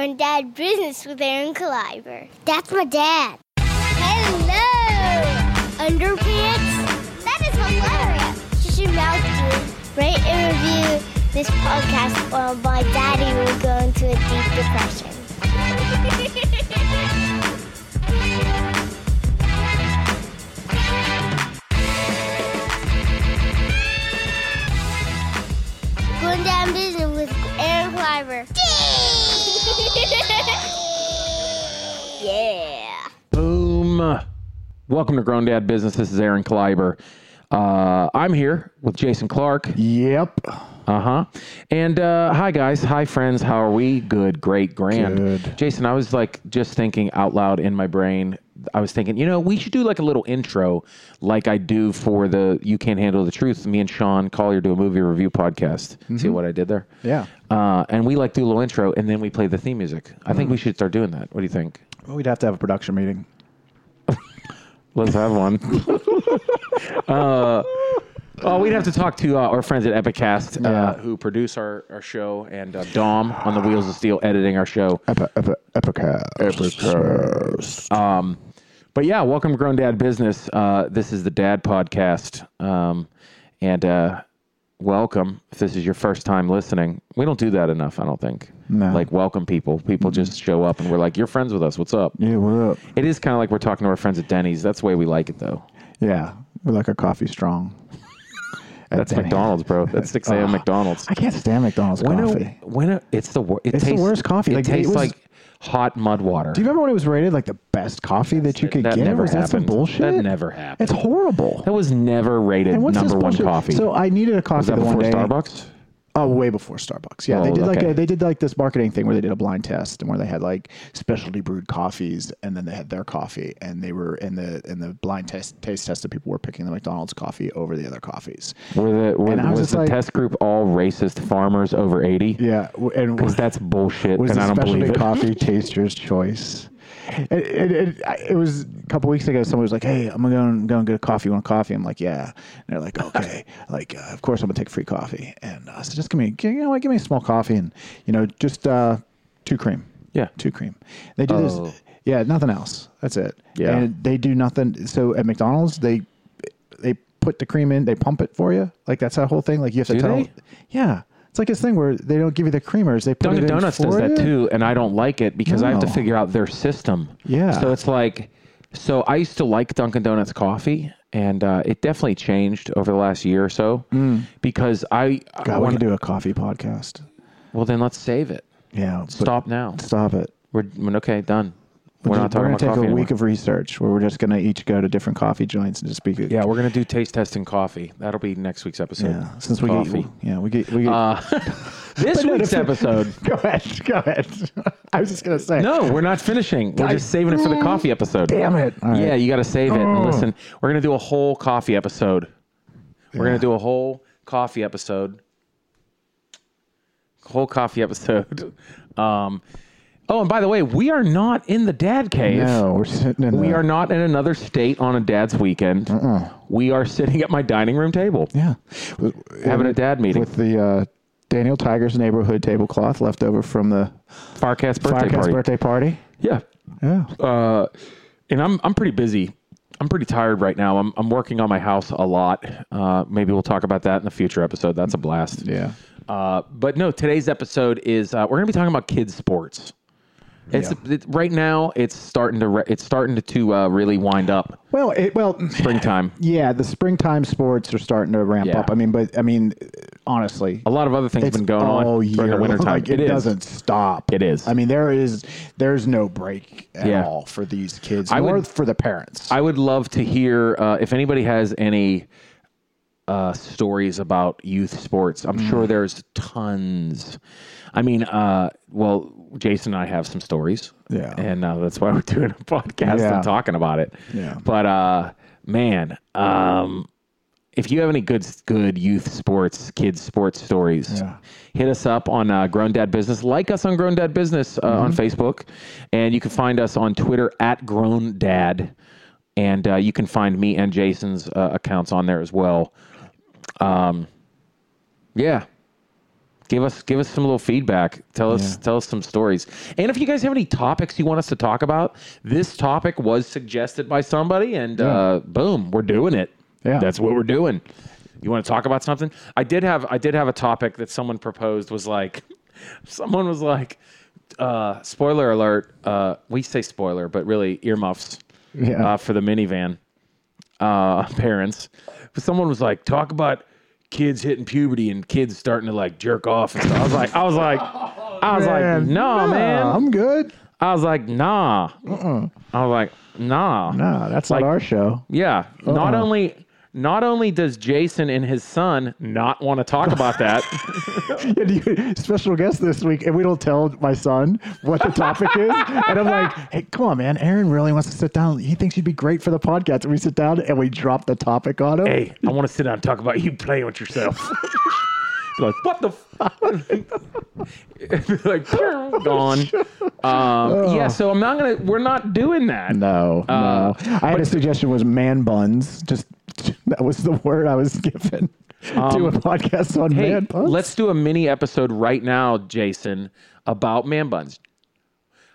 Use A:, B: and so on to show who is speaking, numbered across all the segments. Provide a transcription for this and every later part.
A: Granddad Business with Aaron Caliber. That's my dad. Hello! Underpants? That is hilarious! You should mouth to rate and review this podcast or my daddy will go into a deep depression. Going down business with Aaron Cliver. yeah.
B: Boom. Welcome to Grown Dad Business. This is Aaron Kleiber. Uh, I'm here with Jason Clark.
C: Yep.
B: Uh huh. And uh, hi, guys. Hi, friends. How are we? Good. Great. Grand.
C: Good.
B: Jason, I was like just thinking out loud in my brain. I was thinking, you know, we should do like a little intro, like I do for the You Can't Handle the Truth. Me and Sean Collier do a movie review podcast. See what I did there?
C: Mm-hmm. Yeah.
B: Uh, and we like do a little intro and then we play the theme music. I
C: Mm.
B: think we should start doing that. What do you think?
C: Well, we'd have to have a production meeting.
B: Let's have one. uh, oh, we'd have to talk to uh, our friends at Epicast, uh,
C: Yeah.
B: who produce our, our show, and uh, Dom on the Wheels of Steel editing our show.
C: Epi- epi- epicast.
B: But yeah, welcome to Grown Dad Business. Uh, this is the Dad Podcast, um, and uh, welcome. If this is your first time listening, we don't do that enough. I don't think.
C: No. Mm-hmm.
B: Like welcome people. People just show up, and we're like, "You're friends with us. What's up?"
C: Yeah, what up?
B: It is kind of like we're talking to our friends at Denny's. That's the way we like it, though.
C: Yeah. We like our coffee strong. At
B: That's
C: Denny's. Ah.
B: McDonald's, bro. That's 6 a.m.
C: Ugh.
B: McDonald's.
C: I can't stand McDonald's
B: When a-
C: coffee.
B: when a- it's the worst. It
C: It's the
B: tastes,
C: worst coffee.
B: It
C: Like, it
B: tastes
C: was-
B: like hot mud water.
C: Do you remember when it was rated like the best coffee that you could
B: that
C: get?
B: never
C: was that some
B: happened.
C: bullshit?
B: That never happened.
C: It's horrible.
B: that was never rated
C: and what's
B: number
C: this
B: one
C: bullshit?
B: coffee.
C: So I needed a coffee
B: was that
C: the
B: before
C: one day.
B: Starbucks?
C: Oh, way before Starbucks. Yeah,
B: Oh,
C: they did like
B: okay.
C: a, they did like this marketing thing where they did a blind test and where they had like specialty brewed coffees and then they had their coffee and they were in the in the blind test taste test that people were picking the McDonald's coffee over the other coffees.
B: Were the, were,
C: And I was
B: was
C: just
B: the
C: like-
B: test group all racist farmers over 80?
C: Yeah, w- and
B: Because that's bullshit,
C: was
B: and
C: the
B: I don't
C: specialty
B: believe it.
C: coffee taster's choice. It, it, it, I- it was a couple weeks ago. Someone was like, "Hey, I'm gonna go and, go and get a coffee. You want coffee?" I'm like, "Yeah." And they're like, "Okay." like, uh, of course, I'm gonna take free coffee. And uh, I said, "Just give me, you know, what, give me a small coffee and you know, just uh, two cream."
B: Yeah.
C: two cream. They do
B: Oh.
C: this. Yeah, nothing else. That's it.
B: Yeah.
C: and they do nothing. So at McDonald's, they they put the cream in, they pump it for you. Like that's that whole thing. Like you have to
B: Do
C: tell.
B: they?
C: Yeah, it's like this thing where they don't give you the creamers. They put it
B: Dunkin'
C: in
B: Donuts does
C: for
B: that
C: you.
B: too, and I don't like it because I have to
C: No.
B: figure out their system.
C: Yeah.
B: So it's like, so I used to like Dunkin' Donuts coffee, and uh, it definitely changed over the last year or so because I.
C: Mm. God, we
B: when-
C: could do a coffee podcast.
B: well, then let's save it.
C: Yeah, but
B: Stop now.
C: Stop it.
B: We're we're- okay. Done. We're,
C: We're
B: not talking
C: gonna
B: about
C: take
B: coffee
C: a
B: anymore.
C: week of research where we're just gonna each go to different coffee joints and just be.
B: yeah, we're gonna do taste testing coffee. That'll be next week's episode.
C: yeah. Since we
B: coffee. Uh.
C: get, yeah, we get, we get.
B: this
C: no,
B: week's
C: the-
B: episode.
C: go ahead, go ahead. I was just gonna say.
B: No, we're not finishing. We're just saving it for the coffee episode.
C: Eh. Damn it. All right.
B: Yeah, you got to save it and listen. We're gonna do a whole coffee episode. We're gonna do a whole coffee episode. Whole coffee episode. Um, oh, and by the way, we are not in the dad cave.
C: No, we're sitting in.
B: We
C: the-
B: are not in another state on a dad's weekend. We are sitting at my dining room table
C: Yeah.
B: having a dad meeting.
C: with the uh, Daniel Tiger's neighborhood tablecloth left over from the
B: Farcast birthday
C: Firecast
B: party.
C: birthday party. Oh.
B: Yeah.
C: Yeah.
B: Uh, and I'm I'm pretty busy. I'm pretty tired right now. I'm I'm working on my house a lot. Uh, maybe we'll talk about that in the future episode. That's a blast.
C: yeah.
B: Uh, but no, today's episode is uh, we're gonna be talking about kids sports. It's it, right now. It's starting to re- it's starting to, to uh, really wind up.
C: Well, it, well,
B: Springtime.
C: yeah, the springtime sports are starting to ramp
B: Yeah.
C: up. I mean, but I mean, honestly,
B: A lot of other things have
C: it's
B: been going on
C: all year
B: during the wintertime.
C: long. Like, it,
B: is.
C: doesn't stop.
B: It is.
C: I mean, there is there's no break at
B: Yeah.
C: all for these kids,
B: would-
C: nor for the parents.
B: I would love to hear uh, if anybody has any uh, stories about youth sports. I'm
C: Mm.
B: sure there's tons. I mean, uh, well, Jason and I have some stories.
C: Yeah.
B: And uh, that's why we're doing a podcast
C: Yeah.
B: and talking about it.
C: Yeah.
B: But uh, man, um, if you have any good good youth sports, kids sports stories,
C: Yeah.
B: hit us up on uh, Grown Dad Business. Like us on Grown Dad Business uh, on
C: Mm-hmm.
B: Facebook, and you can find us on Twitter at Grown Dad, and uh, you can find me and Jason's uh, accounts on there as well. Um, yeah, Give us give us some little feedback. Tell us
C: Yeah.
B: tell us some stories. And if you guys have any topics you want us to talk about, this topic was suggested by somebody, and uh, boom, we're doing it.
C: Yeah.
B: that's what we're doing. You want to talk about something? I did have I did have a topic that someone proposed was like, someone was like, uh, spoiler alert. Uh, we say spoiler, but really earmuffs
C: Yeah.
B: uh, for the minivan uh, parents. But someone was like, talk about kids hitting puberty and kids starting to like jerk off. And stuff. I was like, I was like, I was like, nah, man.
C: I'm good.
B: I was like, nah. I was like, nah. Uh-uh.
C: Nah, that's not our show.
B: Yeah. Not only. Not only does Jason and his son not want to talk about that,
C: Yeah, do you, special guest this week, and we don't tell my son what the topic is. And I'm like, hey, come on, man. Aaron really wants to sit down. He thinks you'd be great for the podcast. And we sit down and we drop the topic on him.
B: hey, I want to sit down and talk about you playing with yourself. Be like, what the? F-? like, gone.
C: Oh.
B: Um, yeah, so I'm not gonna. We're not doing that.
C: No,
B: Uh,
C: no. I had a suggestion was man buns. Just that was the word I was given. Do a podcast
B: Um,
C: on
B: Hey,
C: man buns.
B: let's do a mini episode right now, Jason, about man buns.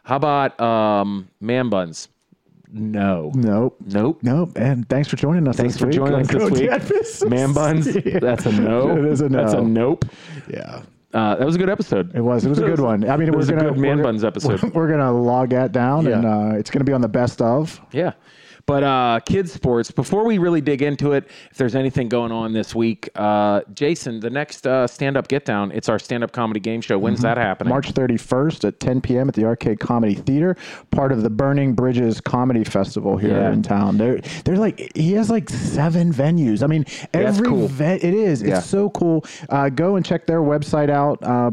B: How about um, man buns? No.
C: nope.
B: Nope.
C: Nope. And thanks for joining us.
B: Thanks
C: this
B: for
C: week
B: joining
C: on
B: us this
C: Go
B: week.
C: Dadfists.
B: Man buns.
C: Yeah.
B: That's a no.
C: It is a
B: That's a
C: no.
B: nope.
C: Yeah.
B: Uh, that was a good episode.
C: It was. It was a good one. I mean, it
B: was
C: was
B: a
C: gonna,
B: good man
C: we're-
B: buns episode.
C: We're gonna log that down,
B: Yeah.
C: and uh, it's gonna be on the best of.
B: Yeah. But uh, kids sports. Before we really dig into it, if there's anything going on this week, uh, Jason, the next uh, stand up get down, it's our stand up comedy game show. When's that happening?
C: Mm-hmm. March 31st at 10 p.m. at the Arcade Comedy Theater, part of the Burning Bridges Comedy Festival here
B: Yeah.
C: in town. They're, they're like, he has like seven venues. I mean,
B: That's
C: every
B: cool.
C: ve- it is.
B: Yeah.
C: It's so cool. Uh, go and check their website out, uh,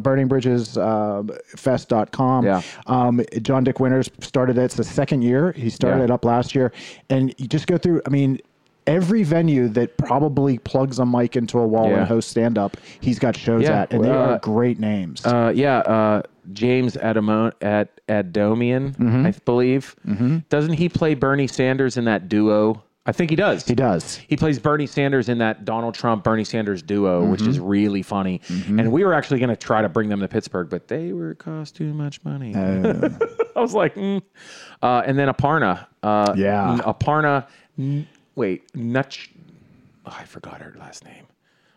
C: burningbridgesfest.com.
B: Yeah.
C: Um, John Dick Winters started it. It's the second year. He started
B: Yeah.
C: it up last year. And you just go through, I mean, Every venue that probably plugs a mic into a wall
B: Yeah.
C: and hosts stand up, he's got shows
B: Yeah.
C: at, and they
B: Uh,
C: are great names.
B: Uh, yeah, uh, James Adamo- Ad- Adomian,
C: Mm-hmm.
B: I believe. Doesn't he play Bernie Sanders in that duo? I think he does.
C: he does.
B: He plays Bernie Sanders in that Donald Trump Bernie Sanders duo, which is really funny. And we were actually going to try to bring them to Pittsburgh, but they were cost too much money. I was like, mm. uh, and then Aparna, uh,
C: Yeah.
B: n- Aparna. N- wait, Nutch. oh, I forgot her last name.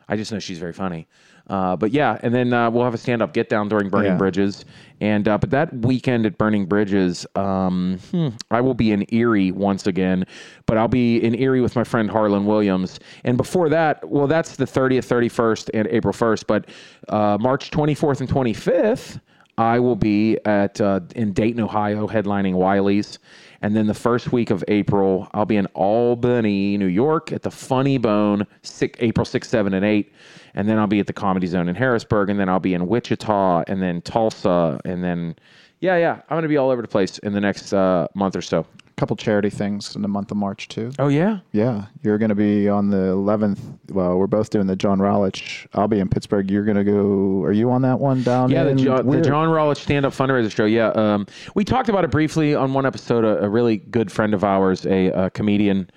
B: I just know she's very funny. Uh, but yeah, and then uh, we'll have a stand up get down during Burning
C: Yeah.
B: Bridges, and uh, but that weekend at Burning Bridges, um, hmm, I will be in Erie once again, but I'll be in Erie with my friend Harlan Williams, and before that, well, that's the thirtieth, thirty first, and April first, but uh, March twenty fourth and twenty fifth. I will be at uh, in Dayton, Ohio, headlining Wiley's, and then the first week of April, I'll be in Albany, New York, at the Funny Bone, six, April six, seven, and eight, and then I'll be at the Comedy Zone in Harrisburg, and then I'll be in Wichita, and then Tulsa, and then yeah, yeah, I'm gonna be all over the place in the next uh, month or so.
C: couple charity things in the month of March too.
B: Oh yeah,
C: Yeah, you're going to be on the 11th. Well, we're both doing the John Rolich. I'll be in Pittsburgh. You're going to go. Are you on that one down?
B: Yeah, the,
C: in
B: jo- the
C: Weir?
B: John Rollins stand up fundraiser show. Yeah, um, we talked about it briefly on one episode. A, a really good friend of ours, a, a comedian,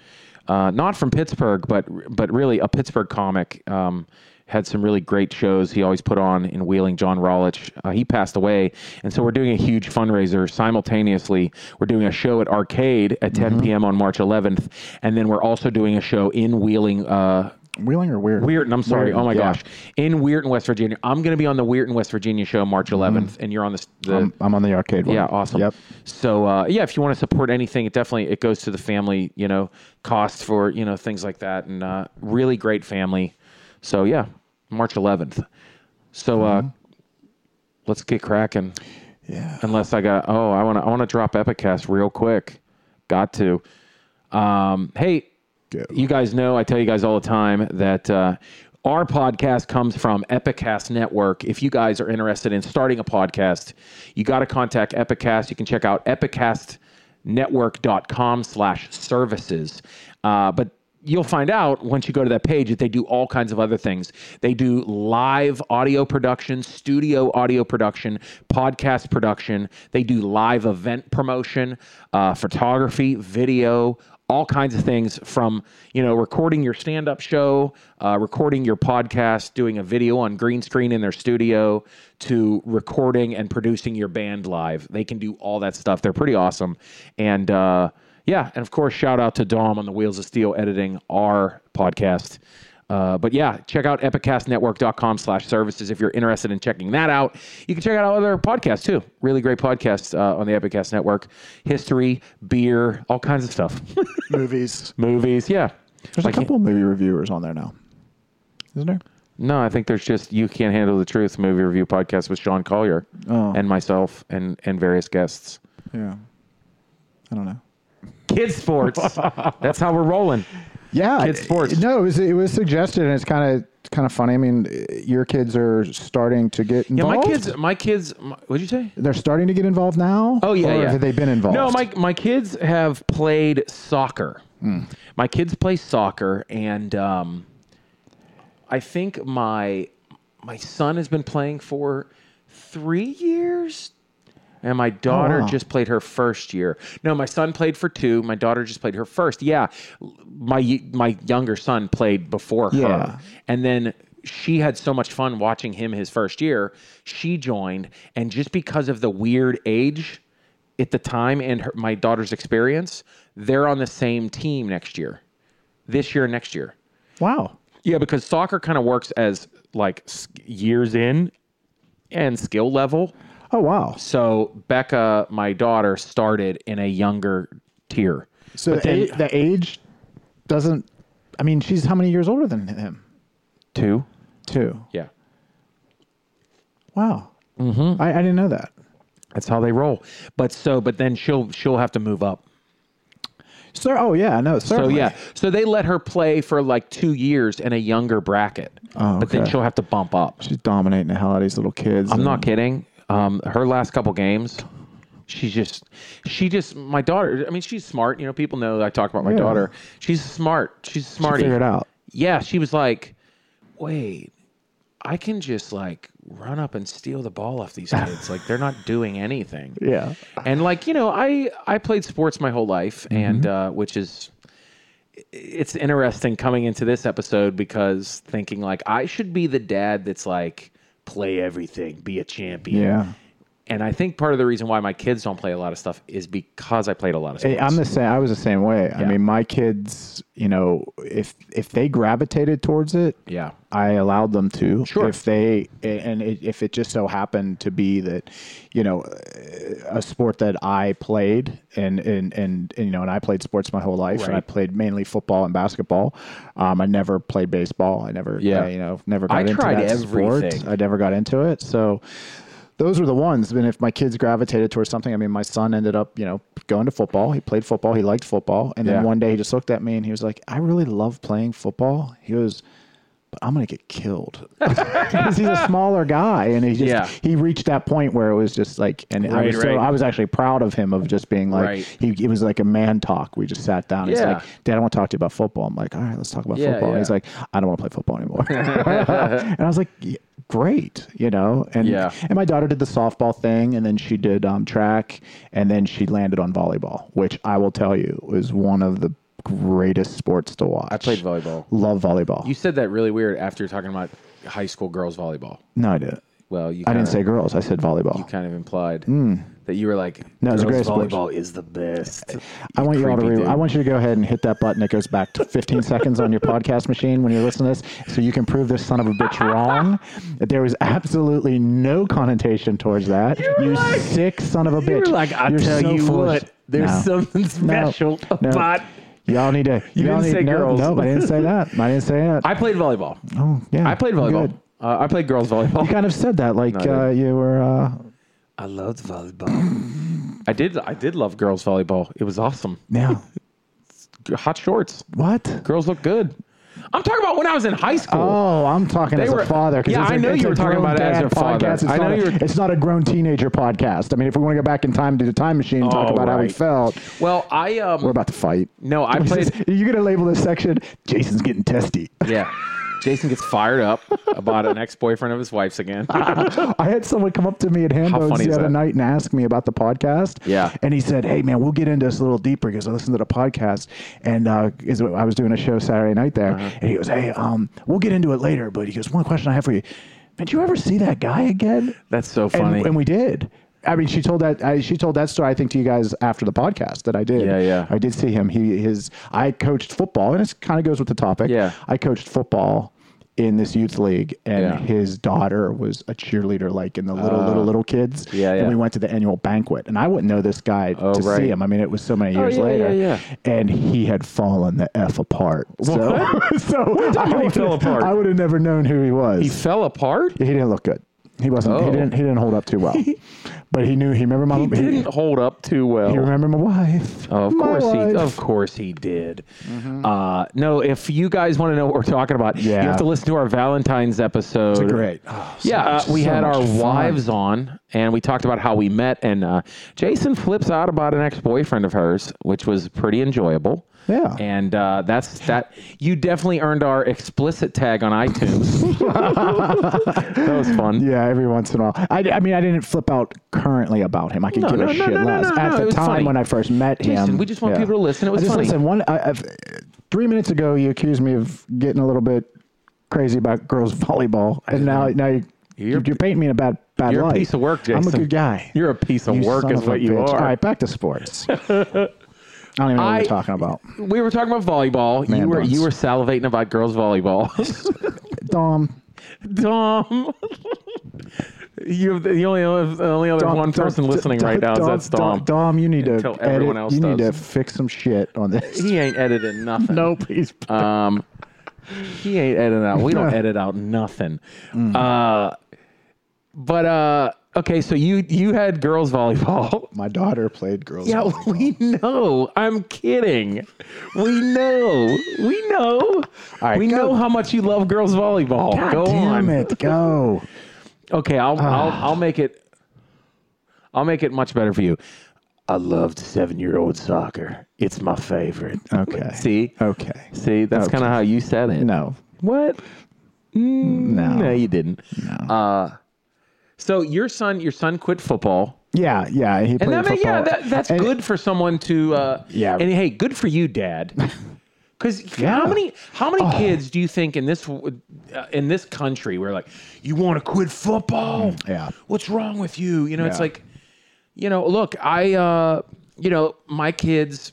B: uh, not from Pittsburgh, but but really a Pittsburgh comic, um, had some really great shows he always put on in Wheeling. John Rollins, uh, he passed away, and so we're doing a huge fundraiser simultaneously. We're doing a show at Arcade at 10 p.m. on March 11th, and then we're also doing a show in Wheeling. Uh,
C: Wheeling or Weird?
B: Weirton, I'm sorry.
C: Weirton,
B: oh my
C: yeah.
B: gosh. In Weirton, West Virginia. I'm going to be on the Weirton, West Virginia show March 11th, and you're on the. s- the
C: Mm-hmm. I'm, I'm on the arcade one.
B: yeah, awesome.
C: Yep.
B: So uh, yeah, if you want to support anything, it definitely it goes to the family. You know, cost for you know things like that, and uh, really great family. So yeah, March 11th. So uh, let's get cracking.
C: Mm-hmm. Yeah.
B: Unless I got oh, I want to I want to drop Epicast real quick. Got to. Um, hey,
C: Go.
B: you guys know I tell you guys all the time that uh, our podcast comes from Epicast Network. If you guys are interested in starting a podcast, you got to contact Epicast. You can check out epicastnetwork.com slash services. Uh, but you'll find out once you go to that page that they do all kinds of other things. They do live audio production, studio audio production, podcast production. They do live event promotion, uh, photography, video, all kinds of things from you know recording your stand-up show uh, recording your podcast doing a video on green screen in their studio to recording and producing your band live they can do all that stuff they're pretty awesome and uh, yeah and of course shout out to dom on the wheels of steel editing our podcast uh, but yeah, check out epicastnetwork.com slash services if you're interested in checking that out. You can check out other podcasts too. Really great podcasts uh, on the Epicast Network. History, beer, all kinds of stuff.
C: movies.
B: Movies, yeah.
C: There's
B: Like,
C: a couple movie reviewers on there now, isn't there?
B: No, I think there's just You Can't Handle the Truth movie review podcast with Sean Collier
C: Oh.
B: and myself and, and various guests.
C: Yeah. I don't know.
B: Kid sports. That's how we're rolling.
C: Yeah,
B: Kid
C: it-
B: sports.
C: No, it was it was suggested, and it's kind of kind of funny. I mean, your kids are starting to get
B: Yeah, my
C: involved.
B: kids, my kids, my, what'd you say?
C: they're starting to get involved now.
B: Oh yeah,
C: or
B: yeah.
C: Have they been involved?
B: No, my my kids have played soccer. My kids play soccer, and um, I think my my son has been playing for three years, and my daughter
C: wow.
B: just played her first year. No, my son played for two. My daughter just played her first. Yeah, my my younger son played before
C: Yeah.
B: her, and then. She had so much fun watching him his first year. She joined, and just because of the weird age at the time and her, my daughter's experience, they're on the same team next year, this year and next year.
C: Wow.
B: Yeah, because soccer kind of works as like s- years in and skill level.
C: Oh wow.
B: So Becca, my daughter, started in a younger tier.
C: So the,
B: then-
C: a- the age doesn't. I mean, she's how many years older than him?
B: Two.
C: Two.
B: Yeah.
C: Wow. Mm-hmm. I, I didn't know that.
B: That's how they roll. But so, but then she'll she'll have to move up.
C: So, oh yeah, no.
B: So
C: Certainly.
B: yeah, so they let her play for like two years in a younger bracket.
C: Oh,
B: But then
C: okay.
B: she'll have to bump up.
C: she's dominating the hell out of these little kids.
B: I'm not kidding. Um, her last couple games, she just, she just, my daughter. I mean, she's smart. You know, people know that I talk about my
C: Yeah.
B: daughter. She's smart. She's smart.
C: figured out.
B: Yeah, she was like, wait, I can just like run up and steal the ball off these kids. like they're not doing anything.
C: Yeah.
B: And like you know, I I played sports my whole life,
C: Mm-hmm.
B: and uh, which is it's interesting coming into this episode because thinking like I should be the dad that's like play everything, be a champion.
C: Yeah.
B: And I think part of the reason why my kids don't play a lot of stuff is because I played a lot of
C: Hey,
B: sports.
C: I'm the same. I was the same way. I
B: Yeah.
C: mean, my kids, you know, if if they gravitated towards it,
B: yeah.
C: I allowed them to.
B: Sure.
C: If they and it, if it just so happened to be that, you know, a sport that I played and and and, and you know, and I played sports my whole life. And I
B: Right.
C: played mainly football and basketball. Um, I never played baseball. I never,
B: Yeah.
C: I, you know, never got
B: I
C: into
B: tried
C: that
B: everything.
C: sport. I never got into it. So. Those were the ones. And if my kids gravitated towards something, I mean, my son ended up, you know, going to football. He played football. He liked football. And
B: Yeah.
C: then one day he just looked at me and he was like, I really love playing football. He goes, I'm gonna get killed 'Cause he's a smaller guy, and he just
B: Yeah.
C: he reached that point where it was just like, and I
B: Right,
C: was so
B: right.
C: I was actually proud of him of just being like
B: Right.
C: he it was like a man talk. We just sat down. He's
B: Yeah.
C: like, Dad, I want to talk to you about football. I'm like, All right, let's talk about
B: Yeah,
C: football. And
B: yeah.
C: He's like, I don't want to play football anymore. and I was like, "Yeah, Great, you know. And
B: Yeah.
C: and my daughter did the softball thing, and then she did um, track, and then she landed on volleyball, which I will tell you was one of the greatest sports to watch. I
B: played volleyball.
C: Love volleyball.
B: You said that really weird after talking about high school girls volleyball.
C: no, I didn't.
B: Well, you
C: I
B: kinda,
C: didn't say girls. I said volleyball.
B: kind of implied that you were like,
C: No, it's a
B: girls
C: great sport.
B: volleyball is the best.
C: I want you all to.
B: creepy
C: Re-
B: dude.
C: I want you to go ahead and hit that button that goes back to 15 seconds on your podcast machine when you're listening to this, so you can prove this son of a bitch wrong. That there was absolutely no connotation towards that. You, sick son of a bitch. You're so foolish. No. No. No. Y'all need to.
B: You
C: all
B: didn't
C: need,
B: say
C: no,
B: girls.
C: No, I didn't say that. I didn't say that.
B: I played volleyball.
C: oh, yeah.
B: I played volleyball.
C: Good.
B: Uh, I played girls volleyball.
C: You kind of said that like
B: I didn't.
C: uh, you were. Uh,
B: I loved volleyball. I did. I did love girls volleyball. It was awesome.
C: yeah.
B: Hot shorts.
C: what?
B: Girls look good. I'm talking about when I was in high school.
C: Oh, I'm talking
B: They
C: as
B: were-
C: a father. 'cause
B: Yeah,
C: it's
B: I
C: a-
B: know
C: it's
B: you were talking
C: grown
B: about it as
C: dad
B: a father.
C: podcast. It's
B: I know
C: not,
B: you were-
C: It's not a grown teenager podcast. I mean, if we want to go back in time to the time machine and talk
B: Oh,
C: about how we
B: right.
C: felt,
B: Well, I um
C: we're about to fight.
B: no, I played.
C: You're gonna label this section. Jason's getting testy.
B: yeah, Jason gets fired up about an ex-boyfriend of his wife's again.
C: I had someone come up to me at Handbones
B: funny
C: the
B: is
C: other
B: that?
C: night and ask me about the podcast.
B: Yeah.
C: And he said, Hey, man, we'll get into this a little deeper because I listened to the podcast. And uh, is I was doing a show Saturday night there.
B: Uh-huh.
C: And he goes, Hey, um, we'll get into it later. But he goes, One question I have for you Did you ever see that guy again?
B: That's so
C: And-
B: funny.
C: And, we did. I mean, she told that I, she told that story. I think to you guys after the podcast that I did.
B: Yeah, yeah.
C: I did see him. He his I coached football, and it kind of goes with the topic.
B: Yeah.
C: I coached football in this youth league, and
B: Yeah. Oh.
C: his daughter was a cheerleader, like in the little little little kids.
B: Yeah,
C: And
B: yeah.
C: we went to the annual banquet, and I wouldn't know this guy
B: Oh,
C: to
B: right. Oh,
C: see him. I mean, it was so many years
B: yeah,
C: later.
B: yeah,
C: And he had fallen the f apart. So, so
B: do you mean he
C: I
B: fell
C: would've-
B: apart?
C: I would have never known who he was.
B: he fell apart.
C: He didn't look good. He wasn't.
B: Oh.
C: He didn't. He didn't hold up too well. but he knew. He remembered my.
B: He
C: He,
B: didn't hold up too well.
C: he remembered my wife.
B: Oh, of
C: My
B: course he,
C: wife.
B: of course he did. Uh, no, if you guys want to know what we're talking about, you
C: Yeah.
B: have to listen to our Valentine's episode.
C: Great. Oh, so
B: Yeah, uh,
C: much-
B: we
C: so
B: had
C: much
B: our
C: fun.
B: wives on, and we talked about how we met. And uh, Jason flips out about an ex-boyfriend of hers, which was pretty enjoyable.
C: Yeah.
B: and uh, that's that. You definitely earned our explicit tag on iTunes. that was fun.
C: Yeah, every once in a while. I, I mean, I didn't flip out currently about him. I could
B: No,
C: give
B: no,
C: a
B: no,
C: shit
B: no, no,
C: less.
B: no,
C: At
B: no, it
C: the
B: was
C: time
B: funny.
C: when I first met
B: Jason,
C: him,
B: we just want people to listen. It was
C: I just
B: funny.
C: Listen, one, I, I've, three minutes ago, you accused me of getting a little bit crazy about girls volleyball, and now now you
B: You're-
C: you're, you paint me in a bad bad
B: You're a
C: light.
B: piece of work, Jason.
C: I'm a good guy.
B: You're a piece of
C: You
B: work,
C: son
B: is
C: of a
B: what you
C: bitch.
B: are.
C: All right, back to sports. I don't even know what
B: I-
C: we're talking about.
B: We were talking about volleyball. you
C: Man
B: were
C: buns.
B: you were salivating about girls volleyball.
C: Dom,
B: Dom. you have the, the only other- the only other
C: Dom,
B: one
C: Dom,
B: person listening
C: Dom,
B: right now
C: Dom,
B: is that's Dom.
C: Dom, you need to
B: Until
C: edit.
B: everyone else
C: you need to
B: does.
C: fix some shit on this.
B: He ain't editing nothing.
C: nope, he's
B: Um, he ain't editing out. We don't edit out nothing.
C: Mm.
B: Uh, but uh, okay, so you you had girls volleyball.
C: my daughter played girls.
B: Yeah,
C: volleyball.
B: we know. I'm kidding. We know. We know.
C: All right,
B: we
C: go.
B: know how much you love girls volleyball.
C: God
B: go
C: damn
B: on.
C: it, Ah. go.
B: Okay, I'll, I'll I'll make it. I'll make it much better for you. I loved seven-year-old soccer. It's my favorite.
C: Okay.
B: See.
C: Okay.
B: See, that's kind of how you said it.
C: No,
B: What? Mm,
C: no.
B: No, you didn't. Uh, so your son, your son quit football,
C: Yeah, yeah. He played
B: and that,
C: football.
B: yeah, that, that's
C: And-
B: good for someone to. Uh,
C: Yeah.
B: And hey, good for you, Dad. Because how
C: Yeah. Oh.
B: many how many kids do you think in this w- uh, in this country were like, you want to quit football?
C: Mm, Yeah.
B: What's wrong with you? You know, it's
C: Yeah.
B: like, you know, look, I, uh, you know, my kids.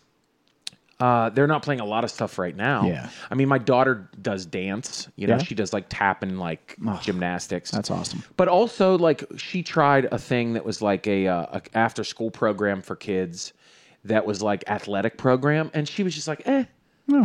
B: Uh, they're not playing a lot of stuff right now.
C: Yeah.
B: I mean, my daughter does dance. You know,
C: Yeah.
B: she does like tap and like gymnastics.
C: That's awesome.
B: But also, like, she tried a thing that was like a, uh, a after school program for kids that was like athletic program, and she was just like, eh,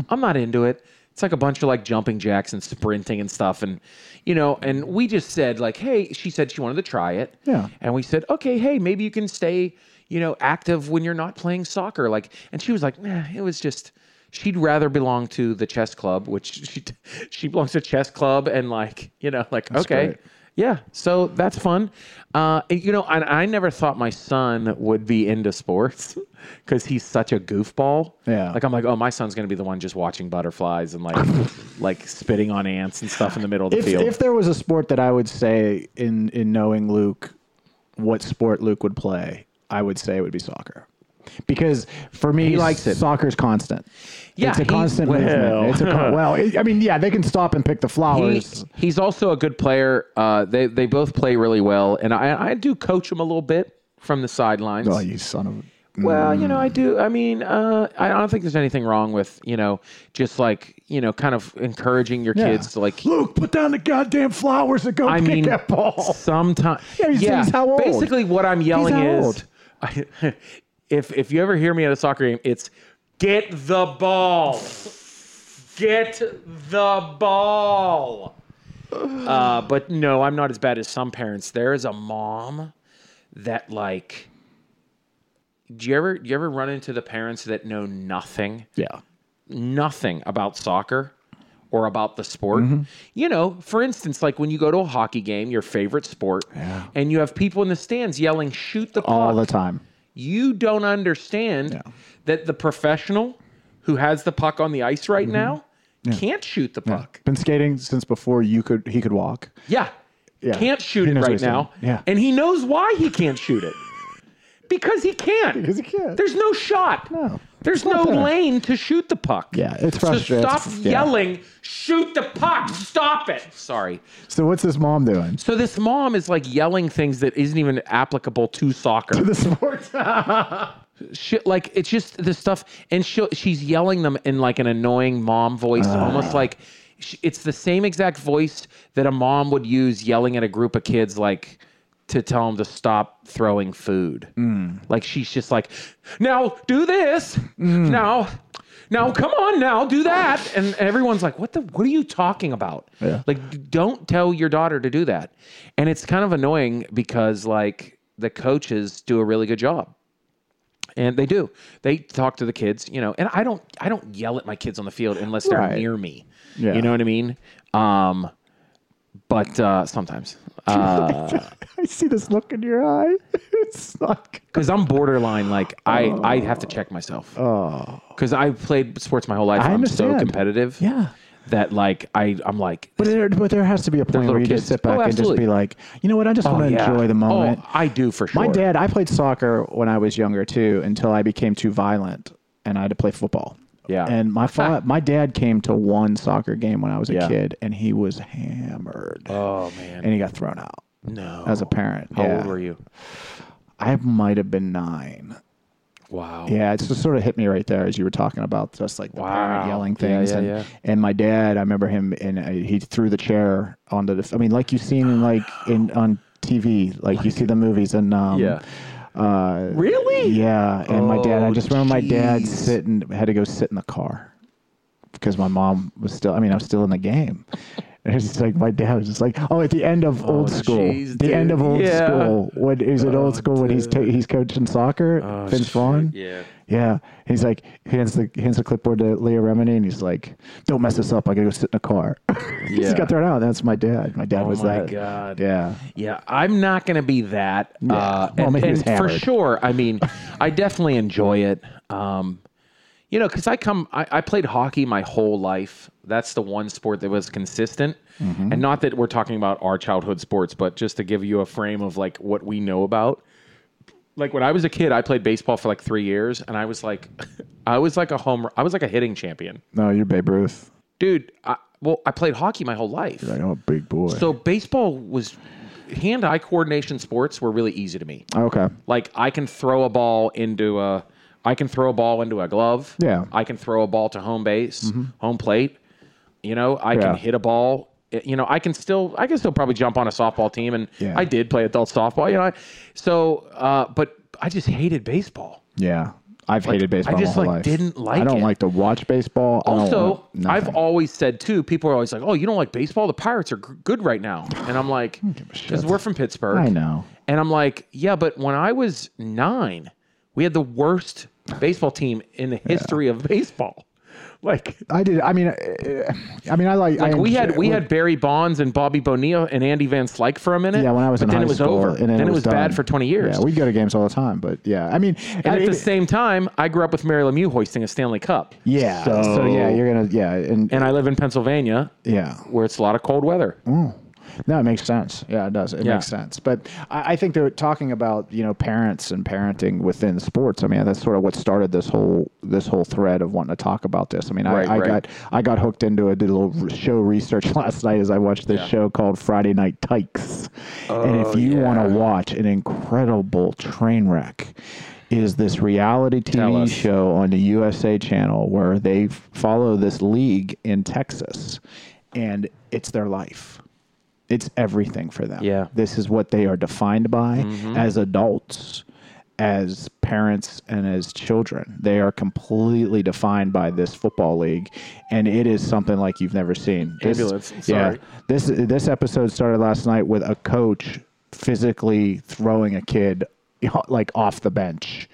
B: I'm not into it. It's like a bunch of like jumping jacks and sprinting and stuff, and you know. And we just said like, hey, she said she wanted to try it,
C: Yeah.
B: and we said, okay, hey, maybe you can stay, you know, active when you're not playing soccer. Like, and she was like, nah, it was just. She'd rather belong to the chess club, which she she belongs to chess club, and like you know, like okay,
C: great.
B: yeah. So that's fun. Uh, and, you know, and I never thought my son would be into sports because he's such a goofball.
C: Yeah.
B: Like I'm like, oh, my son's gonna be the one just watching butterflies and like like spitting on ants and stuff in the middle of the
C: if,
B: field.
C: if there was a sport that I would say in in knowing Luke, what sport Luke would play, I would say it would be soccer. Because for me,
B: He likes
C: like
B: it.
C: soccer's constant.
B: Yeah,
C: it's a
B: he-
C: constant
B: well.
C: movement. It's a con- well, it, I mean, yeah, they can stop and pick the
B: he,
C: flowers.
B: he's also a good player. Uh, they they both play really well, and I I do coach him a little bit from the sidelines.
C: oh, you son of. a-
B: Well, you
C: mm.
B: know, I do. I mean, uh, I don't think there's anything wrong with you know just like you know kind of encouraging your
C: Yeah.
B: kids to like
C: Luke, put down the goddamn flowers and go
B: I
C: pick
B: mean,
C: that ball.
B: Sometimes,
C: Yeah, he's- he's how old?
B: Basically, what I'm yelling
C: how
B: is,
C: old?
B: I, if if you ever hear me at a soccer game, it's get the ball, get the ball. Uh, but no, I'm not as bad as some parents. There is a mom that like. Do you ever do you ever run into the parents that know nothing?
C: Yeah.
B: nothing about soccer or about the sport.
C: Mm-hmm.
B: You know, for instance, like when you go to a hockey game, your favorite sport, and you have people in the stands yelling, shoot the puck.
C: all the time.
B: You don't understand that the professional who has the puck on the ice right
C: Mm-hmm.
B: now can't shoot the puck.
C: Been skating since before you could he could walk.
B: Yeah.
C: Yeah.
B: Can't shoot
C: He
B: it
C: knows what
B: right
C: he's doing.
B: now.
C: Yeah.
B: And he knows why he can't shoot it. Because he can't.
C: Because he can't.
B: There's no shot.
C: No.
B: There's no
C: there.
B: lane to shoot the puck.
C: Yeah, it's
B: So
C: frustrating.
B: stop
C: It's- yeah.
B: yelling, shoot the puck, stop it. Sorry.
C: So what's this mom doing?
B: So this mom is like yelling things that isn't even applicable to soccer.
C: The sports.
B: She, like it's just the stuff and she she's yelling them in like an annoying mom voice almost like sh it's the same exact voice that a mom would use yelling at a group of kids like to tell them to stop throwing food like she's just like now do this now now come on now do that and everyone's like what the what are you talking about
C: Yeah.
B: like d- don't tell your daughter to do that and it's kind of annoying because like the coaches do a really good job and they do they talk to the kids you know and i don't i don't yell at my kids on the field unless they're
C: Right.
B: near me
C: Yeah.
B: you know what i mean um but uh sometimes
C: I see this look in your eye. It's not. good.
B: because i'm borderline like i i have to check myself because i played sports my whole life
C: Oh. I
B: i'm so
C: understand.
B: competitive
C: Yeah.
B: that like i i'm like
C: But there, but there has to be a point
B: little
C: where you just
B: kids.
C: sit back
B: Oh,
C: and just
B: absolutely. Oh,
C: be like, you know what? I just want to
B: yeah.
C: enjoy the moment.
B: oh i do for sure
C: My dad, I played soccer when I was younger too, until I became too violent and I had to play football.
B: Yeah.
C: And my fa- my dad came to one soccer game when I was a
B: Yeah.
C: kid, and he was hammered,
B: oh man
C: and he got thrown out
B: no
C: as a parent.
B: how
C: yeah.
B: old were you
C: I might have been nine.
B: wow
C: Yeah, it just sort of hit me right there as you were talking about just like the
B: Wow.
C: parent yelling
B: Yeah, yeah,
C: things. and,
B: yeah.
C: and my dad, I remember him, and I, he threw the chair onto the. I mean, like you seen in like in on TV, like, you see the movies and um,
B: Yeah.
C: uh,
B: really
C: yeah. And my dad, I
B: Oh,
C: just remember my dad
B: jeez.
C: sitting had to go sit in the car because my mom was still. I mean, I was still in the game. And it's just like my dad was just like, oh, at the end of old school,
B: jeez,
C: the end of
B: dude.
C: old
B: Yeah.
C: school. When is
B: Um,
C: it old school when he's ta- he's coaching soccer? Vince Vaughn.
B: Oh, yeah
C: Yeah, he's like hands the hands the clipboard to Leah Remini, and he's like, "Don't mess this up. I gotta go sit in a car." he
B: Yeah.
C: just got thrown out. That's my dad. My dad
B: Oh
C: was
B: my
C: that.
B: God.
C: Yeah,
B: Yeah, I'm not going to be that. Uh,
C: Well, I
B: and
C: mean, he was
B: and for
C: hammered.
B: sure, I mean, I definitely enjoy it. Um, you know, because I come, I, I played hockey my whole life. That's the one sport that was consistent.
C: Mm-hmm.
B: And not that we're talking about our childhood sports, but just to give you a frame of like what we know about. Like when I was a kid, I played baseball for like three years, and I was like, I was like a home, I was like a hitting champion,
C: no, you're Babe Ruth.
B: dude. I, well, I played hockey my whole life.
C: I know a big boy.
B: So baseball was hand-eye coordination sports were really easy to me.
C: okay,
B: Like I can throw a ball into a I can throw a ball into a glove.
C: Yeah. Mm-hmm.
B: I can throw a ball to home base, home plate. You know, I
C: Yeah.
B: can hit a ball. Eh, You know, I can still I can still probably jump on a softball team and
C: Yeah.
B: I did play adult softball, you know. I- So uh but I just hated baseball.
C: yeah, I've hated baseball.
B: I
C: my
B: just,
C: whole
B: like,
C: life.
B: didn't like
C: I don't
B: it.
C: like to watch baseball. I don't
B: Also,
C: want
B: I've
C: Oh, nothing.
B: always said too. People are always like, "Oh, you don't like baseball? The Pirates are g- good right now." And I'm like, "Because we're from Pittsburgh."
C: I know.
B: And I'm like, "Yeah, but when I was nine, we had the worst baseball team in the history of baseball. Like,
C: I did. I mean, uh, I mean, I like. I
B: like we had
C: enjoy-
B: we had Barry Bonds and Bobby Bonilla and Andy Van Slyke for a minute.
C: Yeah, when I was
B: but
C: in
B: then
C: high
B: it was
C: school,
B: over.
C: and then,
B: it was, bad
C: done.
B: for 20 years.
C: Yeah, we'd go to games all the time, but yeah, I mean,
B: and
C: I
B: at the
C: even-
B: same time, I grew up with Mary Lemieux hoisting a Stanley Cup.
C: yeah, so, yeah, you're gonna yeah, and,
B: And I live in Pennsylvania,
C: yeah,
B: where it's a lot of cold weather.
C: Mm. No, it makes sense. Yeah, it does. It
B: Yeah.
C: makes sense. But I, I think they're talking about you know parents and parenting within sports. I mean, that's sort of what started this whole this whole thread of wanting to talk about this. I mean,
B: Right,
C: I, I
B: right.
C: got I got hooked into it. Did a little r- show research last night as I watched this
B: Yeah. Oh,
C: show called Friday Night Tykes. and if you
B: yeah.
C: want to watch an incredible train wreck. Is this reality
B: Tell
C: TV
B: us.
C: show on the USA channel where they f- follow this league in Texas and it's their life? it's everything for them.
B: Yeah. Mm-hmm.
C: This is what they are defined by as adults, as parents, and as children. They are completely defined by this football league, and it is something like you've never seen. This,
B: Ambulance, sorry.
C: Yeah. This this episode started last night with a coach physically throwing a kid like off the bench.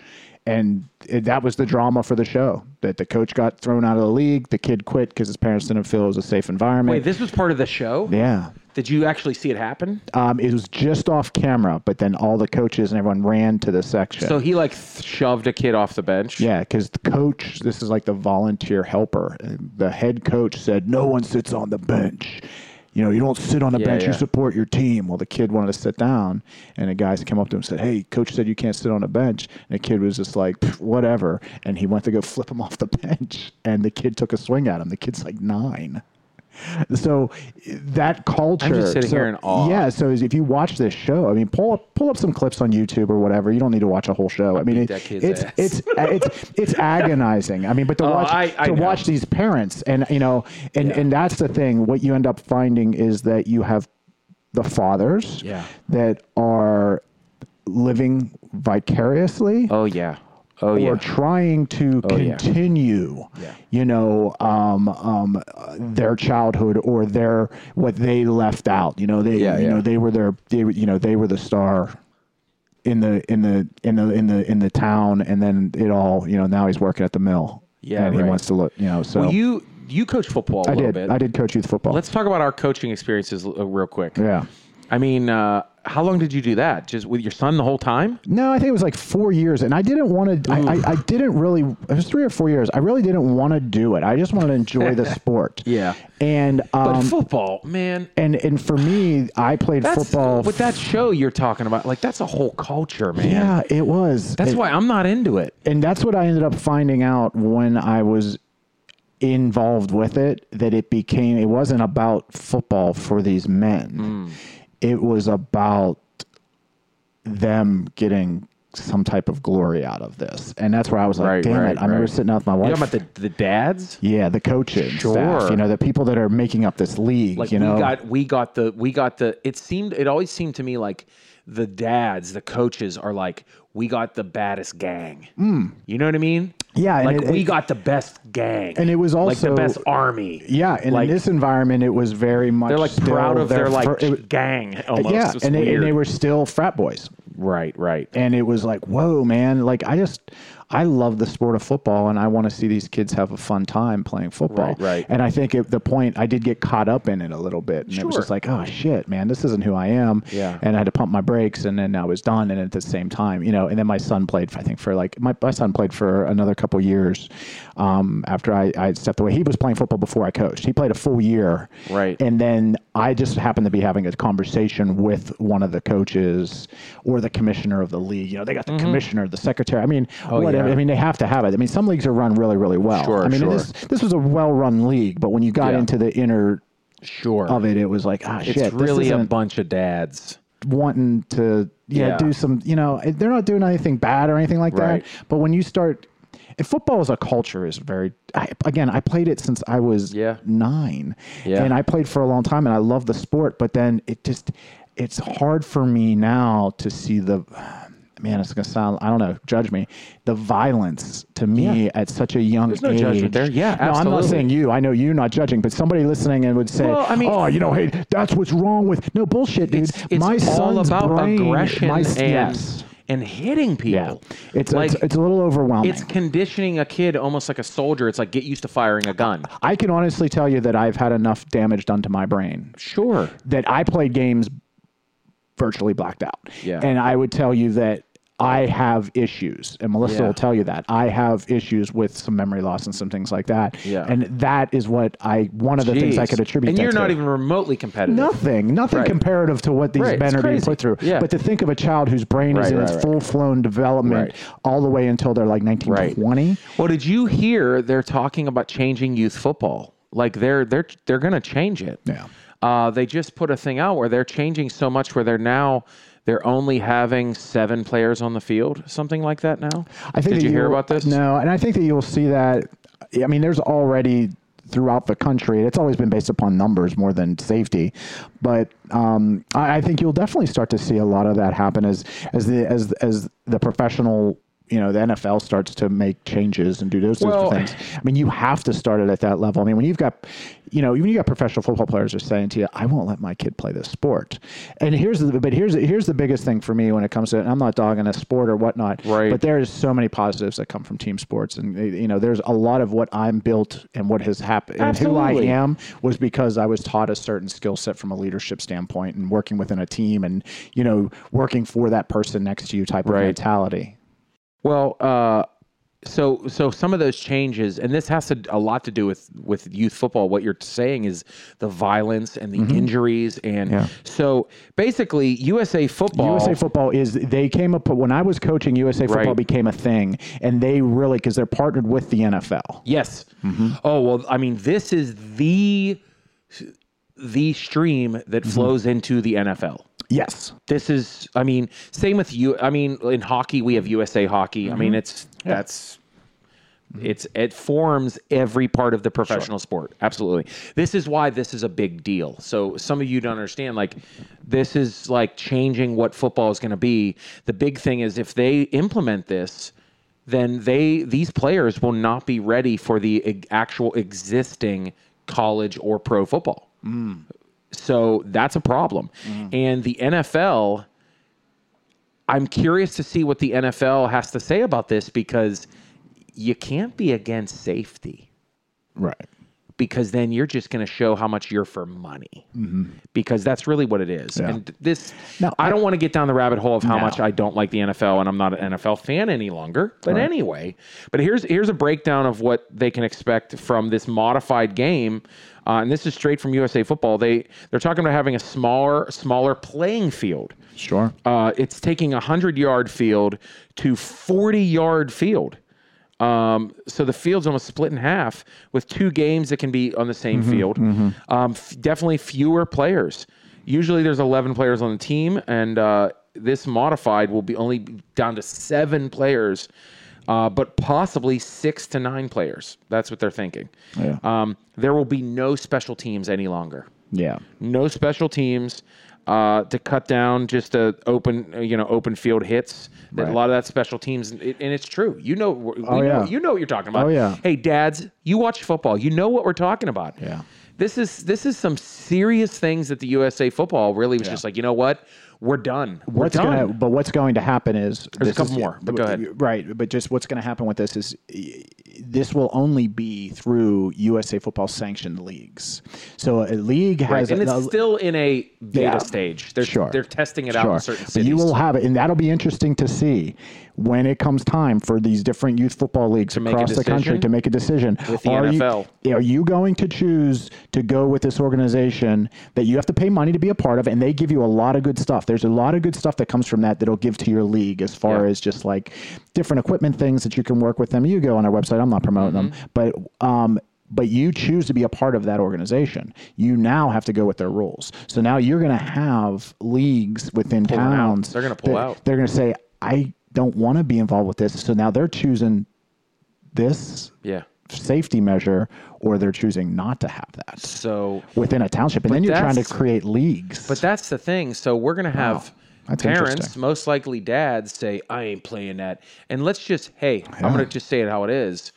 C: and it, that was the drama for the show. That the coach got thrown out of the league, the kid quit because his parents didn't feel it was a safe environment.
B: Wait, this was part of the show?
C: yeah,
B: Did you actually see it happen?
C: um, it was just off camera, but then all the coaches and everyone ran to the section.
B: So he like th- shoved a kid off the bench.
C: Yeah, because the coach, this is like the volunteer helper. and The head coach said, No one sits on the bench. You know, you don't sit on the
B: Yeah,
C: bench, you
B: yeah.
C: support your team. Well, the kid wanted to sit down, and the guys came up to him and said, Hey, coach said you can't sit on a bench. And the kid was just like, "Pff, Whatever. And he went to go flip him off the bench, and the kid took a swing at him. The kid's like nine. So that culture.
B: sitting
C: so-
B: here in awe.
C: Yeah, so is- if you watch this show, I mean, pull up pull up some clips on YouTube or whatever. You don't need to watch a whole show. I mean, it,
B: that kid's
C: it's
B: ass.
C: it's it's it's agonizing. I mean, but to
B: Oh,
C: watch
B: I- I
C: to
B: know.
C: watch these parents and you know and
B: Yeah.
C: and that's the thing. What you end up finding is that you have the fathers
B: Yeah.
C: that are living vicariously
B: Oh yeah. Oh yeah. Oh,
C: or trying to
B: yeah.
C: continue,
B: Yeah.
C: you know, um, um, uh, their childhood or their what they left out. You know, they
B: Yeah,
C: you
B: yeah.
C: know they were their they were, you know they were the star in the in the in the in the in the town, and then it all you know now he's working at the mill.
B: Yeah,
C: and he
B: right.
C: wants to look. You know, so
B: well, you you coach football a
C: I
B: little
C: did
B: bit.
C: I did coach youth football.
B: Let's talk about our coaching experiences uh, real quick.
C: yeah.
B: I mean, uh, how long did you do that? Just with your son the whole time?
C: No, I think it was like four years, and I didn't want to. I, I, I didn't really. It was three or four years. I really didn't want to do it. I just wanted to enjoy the sport.
B: Yeah.
C: and
B: But
C: um,
B: football, man.
C: and and for me, I played
B: That's
C: football.
B: with that show you're talking about. Like that's a whole culture, man.
C: yeah, it was.
B: That's
C: It-
B: why I'm not into it.
C: and that's what I ended up finding out when I was involved with it. That it became. It wasn't about football for these
B: Hmm.
C: men. It was about them getting some type of glory out of this, and that's where I was like,
B: Right,
C: "Damn
B: right,
C: it!" I remember
B: right.
C: sitting out with my wife.
B: You talking about the, the dads?
C: yeah, the coaches, staff,
B: Sure.
C: you know, the people that are making up this league.
B: Like
C: you know,
B: we got we got the we got the it seemed it always seemed to me like the dads, the coaches are like, we got the baddest gang. You know what I mean?
C: Hmm. Yeah, and
B: Like
C: it-
B: we
C: it-
B: got the best gang.
C: and it was
B: like the
C: also-
B: best army.
C: yeah, and
B: like,
C: in this environment, it was very much
B: they're like
C: still
B: proud of their, like
C: fir- it-
B: gang almost.
C: yeah,
B: It's
C: and they, and
B: weird.
C: they were still frat boys,
B: right, right.
C: and it was like, whoa, man! Like I just, I love the sport of football, and I want to see these kids have a fun time playing football.
B: Right, right.
C: And I think at the point I did get caught up in it a little bit, and it was
B: Sure.
C: just like, oh shit, man, this isn't who I am.
B: Yeah.
C: And I had to pump my brakes, and then I was done. And at the same time, you know, and then my son played. I think for like my, my son played for another couple years um, after I, I stepped away. He was playing football before I coached. He played a full year.
B: Right.
C: And then I just happened to be having a conversation with one of the coaches or the commissioner of the league. You know, they got the commissioner, the secretary. I mean, whatever.
B: Mm-hmm. Oh, yeah.
C: I mean, they have to have it. I mean, some leagues are run really, really well.
B: Sure,
C: I mean,
B: sure.
C: this this was a well-run league, but when you got
B: Yeah.
C: into the inner
B: Sure.
C: of it, it was like, ah, shit.
B: it's
C: this
B: really a
C: isn't-
B: bunch of dads.
C: wanting to yeah,
B: Yeah.
C: do some you know they're not doing anything bad or anything like
B: Right.
C: that but when you start and football as a culture is very I, again i played it since i was
B: Yeah.
C: nine
B: Yeah.
C: and i played for a long time and i love the sport but then it just it's hard for me now to see the man it's gonna sound i don't know judge me the violence to me at such a young
B: no
C: age
B: judgment there. Yeah,
C: no i'm not
B: absolutely.
C: saying you i know you not judging but somebody listening and would say
B: Well, I mean-
C: oh you know hey that's what's wrong with no bullshit dude
B: It's, it's
C: my
B: all
C: son's
B: about
C: brain,
B: aggression
C: my,
B: and,
C: yes.
B: and hitting
C: Yeah.
B: people.
C: It's,
B: like
C: it's it's a little overwhelming.
B: it's conditioning a kid almost like a soldier. It's like get used to firing a gun.
C: I can honestly tell you that I've had enough damage done to my brain
B: Sure.
C: that I played games virtually blacked out.
B: Yeah.
C: And I would tell you that I have issues, and Melissa
B: Yeah.
C: will tell you that I have issues with some memory loss and some things like that.
B: Yeah.
C: And that is what I one of the things I
B: Jeez.
C: could attribute.
B: And
C: that
B: you're
C: to.
B: not even remotely competitive.
C: Nothing, nothing
B: Right.
C: comparative to what these
B: Right,
C: men
B: it's
C: are being
B: crazy.
C: put through.
B: Yeah.
C: But to think of a child whose brain is
B: Right,
C: in
B: right,
C: its
B: right.
C: full flown development
B: Right.
C: all the way until they're like 19,
B: Right.
C: 20.
B: Well, did you hear they're talking about changing youth football? Like they're they're they're going to change it.
C: Yeah.
B: Uh, they just put a thing out where they're changing so much where they're now they're only having seven players on the field, something like that now.
C: I
B: did
C: think that
B: you hear
C: you'll-
B: about this?
C: No, and I think that you'll see that. I mean, there's already throughout the country. It's always been based upon numbers more than safety, but um, I, I think you'll definitely start to see a lot of that happen as as the as as the professional you know the NFL starts to make changes and do those sorts
B: Well-
C: of things. I mean, you have to start it at that level. I mean, when you've got, you know, even you got professional football players are saying to you, "I won't let my kid play this sport." And here's the but here's here's the biggest thing for me when it comes to, and I'm not dogging a sport or whatnot,
B: Right.
C: But there is so many positives that come from team sports, and you know, there's a lot of what I'm built and what has happened and who I
B: Absolutely.
C: am am was because I was taught a certain skill set from a leadership standpoint and working within a team and you know working for that person next to you type
B: Right.
C: of mentality.
B: Well, uh, so so some of those changes, and this has to a lot to do with with youth football. What you're saying is the violence and the injuries, and
C: Mm-hmm. Yeah.
B: so basically USA football.
C: USA football is they came up when I was coaching USA football
B: Right.
C: became a thing and they really because they're partnered with the NFL.
B: Yes. Oh well, I mean, this is the the stream that flows into the NFL.
C: Yes.
B: This is, I mean, same with you. I mean, in hockey, we have USA Hockey. I mean, it's that's Mm-hmm. it's it forms every part of the professional sport. Absolutely, this is why this is a big deal. So some of you don't understand. Like, this is like changing what football is going to be. The big thing is if they implement this, then they these players will not be ready for the e- actual existing college or pro football. So that's a problem. And the NFL, I'm curious to see what the NFL has to say about this because you can't be against safety
C: Right.
B: because then you're just going to show how much you're for money because that's really what it is.
C: Mm-hmm. Yeah.
B: And this,
C: No,
B: I don't want to get down the rabbit hole of how
C: No.
B: much I don't like the NFL and I'm not an NFL fan any longer. But
C: Right.
B: anyway, but here's here's a breakdown of what they can expect from this modified game, uh, and this is straight from USA Football. They they're talking about having a smaller smaller playing field.
C: Sure.
B: Uh, it's taking a 100 yard field to 40 yard field. Um, so the field's almost split in half with two games that can be on the same field. Um, f- definitely fewer players. Usually there's 11 players on the team, and uh, this modified will be only down to seven players, uh, but possibly six to nine players. That's what they're thinking.
C: Yeah.
B: Um, there will be no special teams any longer
C: yeah.
B: no special teams uh, to cut down just uh open uh, you know open field hits. That A
C: Right. Oh,
B: lot of that special teams, and it- and it's true. You know, we know
C: yeah.
B: you know what you're talking about.
C: Oh, yeah.
B: Hey, dads, you watch football. You know what we're talking about.
C: Yeah.
B: This is this is some serious things that the USA football really was just like. You know what? We're done. We're
C: what's
B: done.
C: gonna but what's going to happen is
B: There's a
C: this
B: couple
C: is-
B: more, but go ahead.
C: Right, but just what's going to happen with this is eh, this will only be through USA football sanctioned leagues. So a league
B: Right.
C: has
B: And
C: a-
B: it's still in a beta
C: Yeah.
B: stage. They're
C: Sure.
B: they're testing it out in certain cities.
C: But you will have it, and that'll be interesting to see when it comes time for these different youth football leagues
B: make a
C: across the country
B: decision?
C: to make a decision.
B: With the
C: are
B: NFL.
C: You, are you going to choose to go with this organization that you have to pay money to be a part of, and they give you a lot of good stuff? There's a lot of good stuff that comes from that that'll give to your league as far
B: Yeah.
C: as just like different equipment things that you can work with them. You go on our website. I'm not promoting
B: Mm-hmm.
C: them, but. Um, but you choose to be a part of that organization. You now have to go with their rules. So now you're going to have leagues within
B: them out.
C: towns.
B: They're gonna pull
C: that-
B: out.
C: They're going to say, I don't want to be involved with this. So now they're choosing this
B: yeah.
C: safety measure or they're choosing not to have that
B: So
C: within a township. And then you're trying to
B: that's-
C: create leagues.
B: But that's the thing. So we're going to have
C: That's
B: parents,
C: interesting.
B: most likely dads, say, I ain't playing that. And let's just, hey, I'm going to just say it how it is.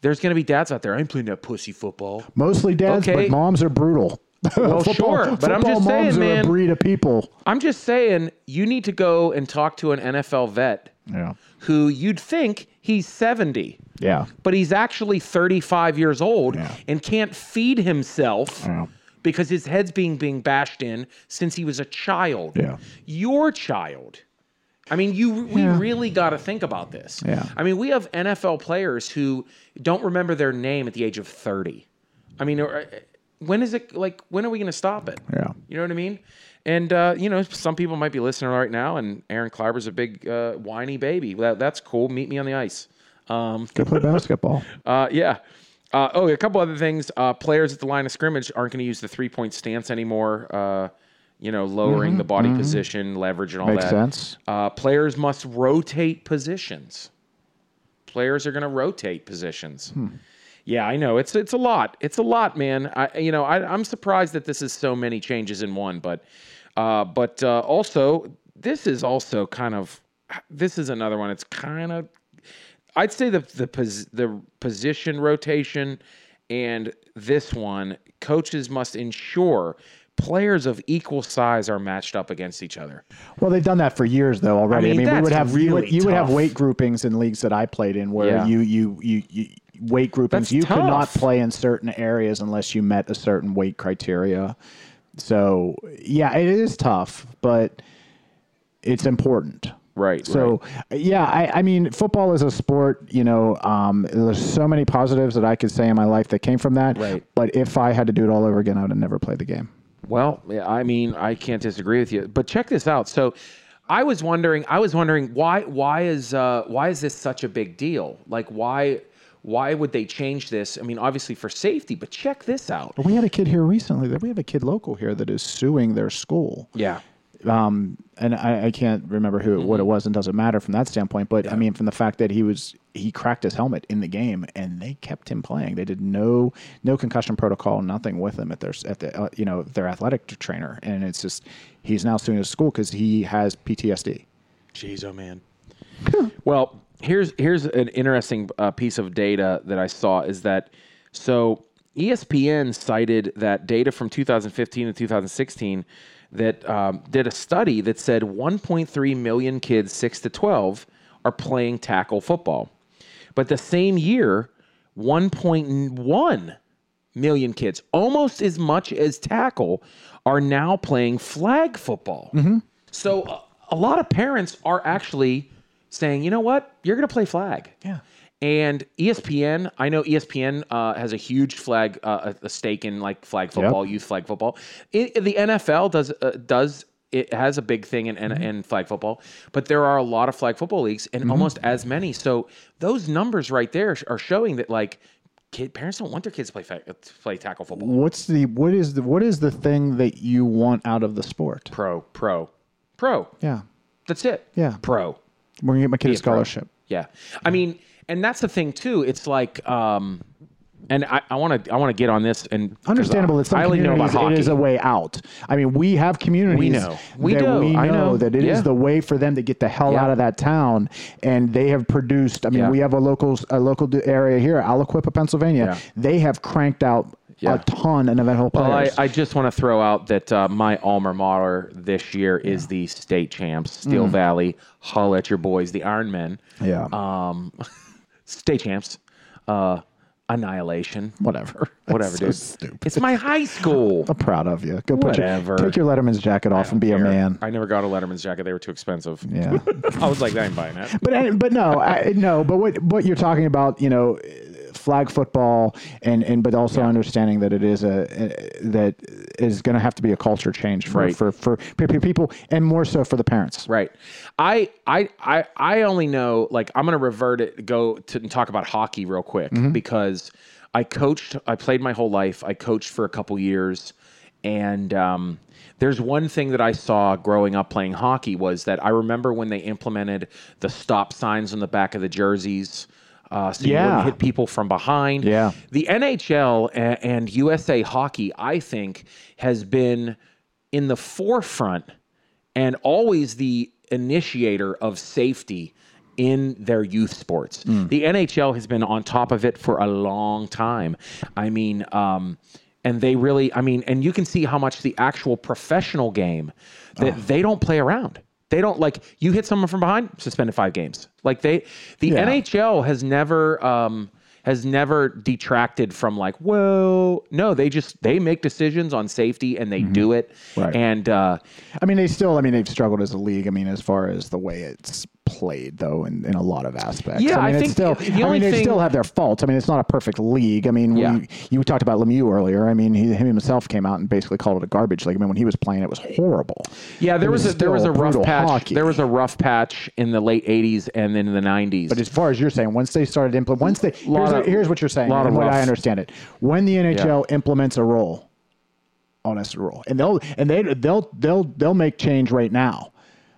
B: There's going to be dads out there, I ain't playing that pussy football.
C: Mostly dads,
B: Okay.
C: but moms are brutal. Well,
B: sure, but I'm just saying,
C: moms are
B: man.
C: a breed of people.
B: I'm just saying, you need to go and talk to an NFL vet
C: Yeah.
B: who you'd think he's 70.
C: Yeah.
B: But he's actually 35 years old
C: Yeah.
B: and can't feed himself
C: Yeah.
B: because his head's being being bashed in since he was a child.
C: Yeah.
B: Your child. I mean, you we
C: Yeah.
B: really got to think about this.
C: Yeah.
B: I mean, we have NFL players who don't remember their name at the age of 30. I mean, or- uh, when is it like when are we going to stop it?
C: Yeah.
B: You know what I mean? And uh, you know, some people might be listening right now, and Aaron Kleiber's a big uh, whiny baby. That, that's cool. Meet me on the ice. Um,
C: Go play basketball.
B: uh, yeah. Uh, oh, a couple other things. Uh, players at the line of scrimmage aren't going to use the three point stance anymore. Uh, you know, lowering the body position, leverage, and all
C: Mm-hmm. Makes
B: that.
C: sense.
B: Uh, players must rotate positions. Players are going to rotate positions. Yeah, I know. It's it's a lot. It's a lot, man. I you know I, I'm surprised that this is so many changes in one, but uh, but uh, also this is also kind of this is another one. It's kind of I'd say the the pos, the position rotation and this one coaches must ensure players of equal size are matched up against each other.
C: Well, they've done that for years though already. I
B: mean,
C: mean, we
B: that's
C: would have you would,
B: really
C: you would have
B: tough.
C: weight groupings in leagues that I played in where
B: Yeah.
C: you, you you you weight groupings
B: That's
C: you could not
B: tough.
C: play in certain areas unless you met a certain weight criteria. So yeah, it is tough, but it's important.
B: Right.
C: So yeah, I, I mean, football is a sport. You know, um, there's so many positives that I could say in my life that came from that.
B: Right.
C: But if I had to do it all over again, I would have never played the game.
B: Well, yeah, I mean, I can't disagree with you. But check this out. So, I was wondering, I was wondering why why is uh, why is this such a big deal? Like why why would they change this? I mean, obviously for safety, but check this out.
C: But we had a kid here recently. That we have a kid local here that is suing their school.
B: Yeah.
C: um, and I, I can't remember who it, what it was, and doesn't matter from that standpoint. But I mean, from the fact that he was he cracked his helmet in the game, and they kept him playing. They did no no concussion protocol, nothing with him at their at the uh, you know their athletic trainer, and it's just he's now suing his school because he has PTSD.
B: Jeez, oh man. well, here's here's an interesting uh, piece of data that I saw is that so E ESPN cited that data from 2015 and 2016 that um, did a study that said 1.3 million kids 6 to 12 are playing tackle football, but the same year 1.1 million kids, almost as much as tackle, are now playing flag football. So a, a lot of parents are actually saying, you know what, you're going to play flag.
C: Yeah.
B: And E ESPN, I know ESPN uh, has a huge flag, uh, a a stake in like flag football, youth flag football. It, the NFL does uh, does it has a big thing in, in, in flag football, but there are a lot of flag football leagues and almost as many. So those numbers right there are showing that like kid parents don't want their kids to play fa- to play tackle football.
C: What's the what is the what is the thing that you want out of the sport?
B: Pro, pro, pro.
C: Yeah,
B: That's it.
C: Yeah.
B: Pro.
C: we're gonna get my kid a
B: pro.
C: scholarship.
B: Yeah. I mean, and that's the thing too. It's like, um, and I want to, I want to get on this and 'cause
C: Understandable
B: I,
C: that some
B: I only know about
C: communities
B: hockey.
C: it is a way out. I mean, we have communities
B: know. We
C: that
B: do.
C: we know,
B: I know.
C: that it is
B: Yeah.
C: the way for them to get the hell
B: Yeah.
C: out of that town, and they have produced. I mean,
B: Yeah.
C: we have a local a local d- area here, Aliquippa, Pennsylvania.
B: Yeah.
C: They have cranked out
B: Yeah.
C: a ton of NFL
B: Well, I,
C: players.
B: I just want to throw out that uh, my alma mater this year is the state champs, Steel Valley. Holla at your boys, the Iron Men.
C: Mm-hmm. yeah,
B: Um, state champs. Uh, annihilation.
C: whatever,
B: Whatever,
C: so
B: dude.
C: Stupid.
B: It's my high school.
C: I'm proud of you. Go put
B: Whatever.
C: your take your Letterman's jacket off and be a
B: Here.
C: man.
B: I never got a Letterman's jacket. They were too expensive.
C: Yeah.
B: I was like, I ain't buying that.
C: but I- but no, I, no. But what what you're talking about, you know, flag football, and and but also understanding that it is a that is going to have to be a culture change for
B: Right.
C: for, for pe- pe- people, and more so for the parents.
B: Right. I I I I only know like I'm gonna revert it go to and talk about hockey real quick
C: Mm-hmm.
B: because I coached I played my whole life. I coached for a couple years and um, there's one thing that I saw growing up playing hockey was that I remember when they implemented the stop signs on the back of the jerseys. Uh, so you
C: Yeah.
B: wouldn't hit people from behind.
C: Yeah.
B: The NHL a- and USA Hockey, I think, has been in the forefront and always the initiator of safety in their youth sports.
C: Hmm.
B: The NHL has been on top of it for a long time. I mean, um, and they really, I mean, and you can see how much the actual professional game that
C: Ah.
B: they don't play around. They don't like you hit someone from behind, suspended five games. Like they, the
C: Yeah.
B: NHL has never um, has never detracted from like, whoa, no, they just they make decisions on safety and they do it.
C: Mm-hmm. Right.
B: And uh,
C: I mean, they still. I mean, they've struggled as a league. I mean, as far as the way it's played, though, in, in a lot of aspects.
B: Yeah,
C: I mean,
B: I
C: it's
B: think the
C: still. I
B: only
C: mean, they
B: thing-
C: still have their faults. I mean, it's not a perfect league. I mean,
B: Yeah.
C: we, you talked about Lemieux earlier. I mean, he him himself came out and basically called it a garbage league. I mean, when he was playing, it was horrible.
B: yeah, there
C: It
B: was, a there was
C: still
B: a rough
C: brutal
B: patch.
C: hockey.
B: There was a rough patch in the late '80s and then in the '90s.
C: But as far as you're saying, once they started implement, once they here's,
B: Lot of-
C: here's what you're saying,
B: lot of
C: and what
B: rough.
C: I understand it, when the NHL implements a rule, oh, that's the rule, and they'll and they they'll they'll they'll make change right now.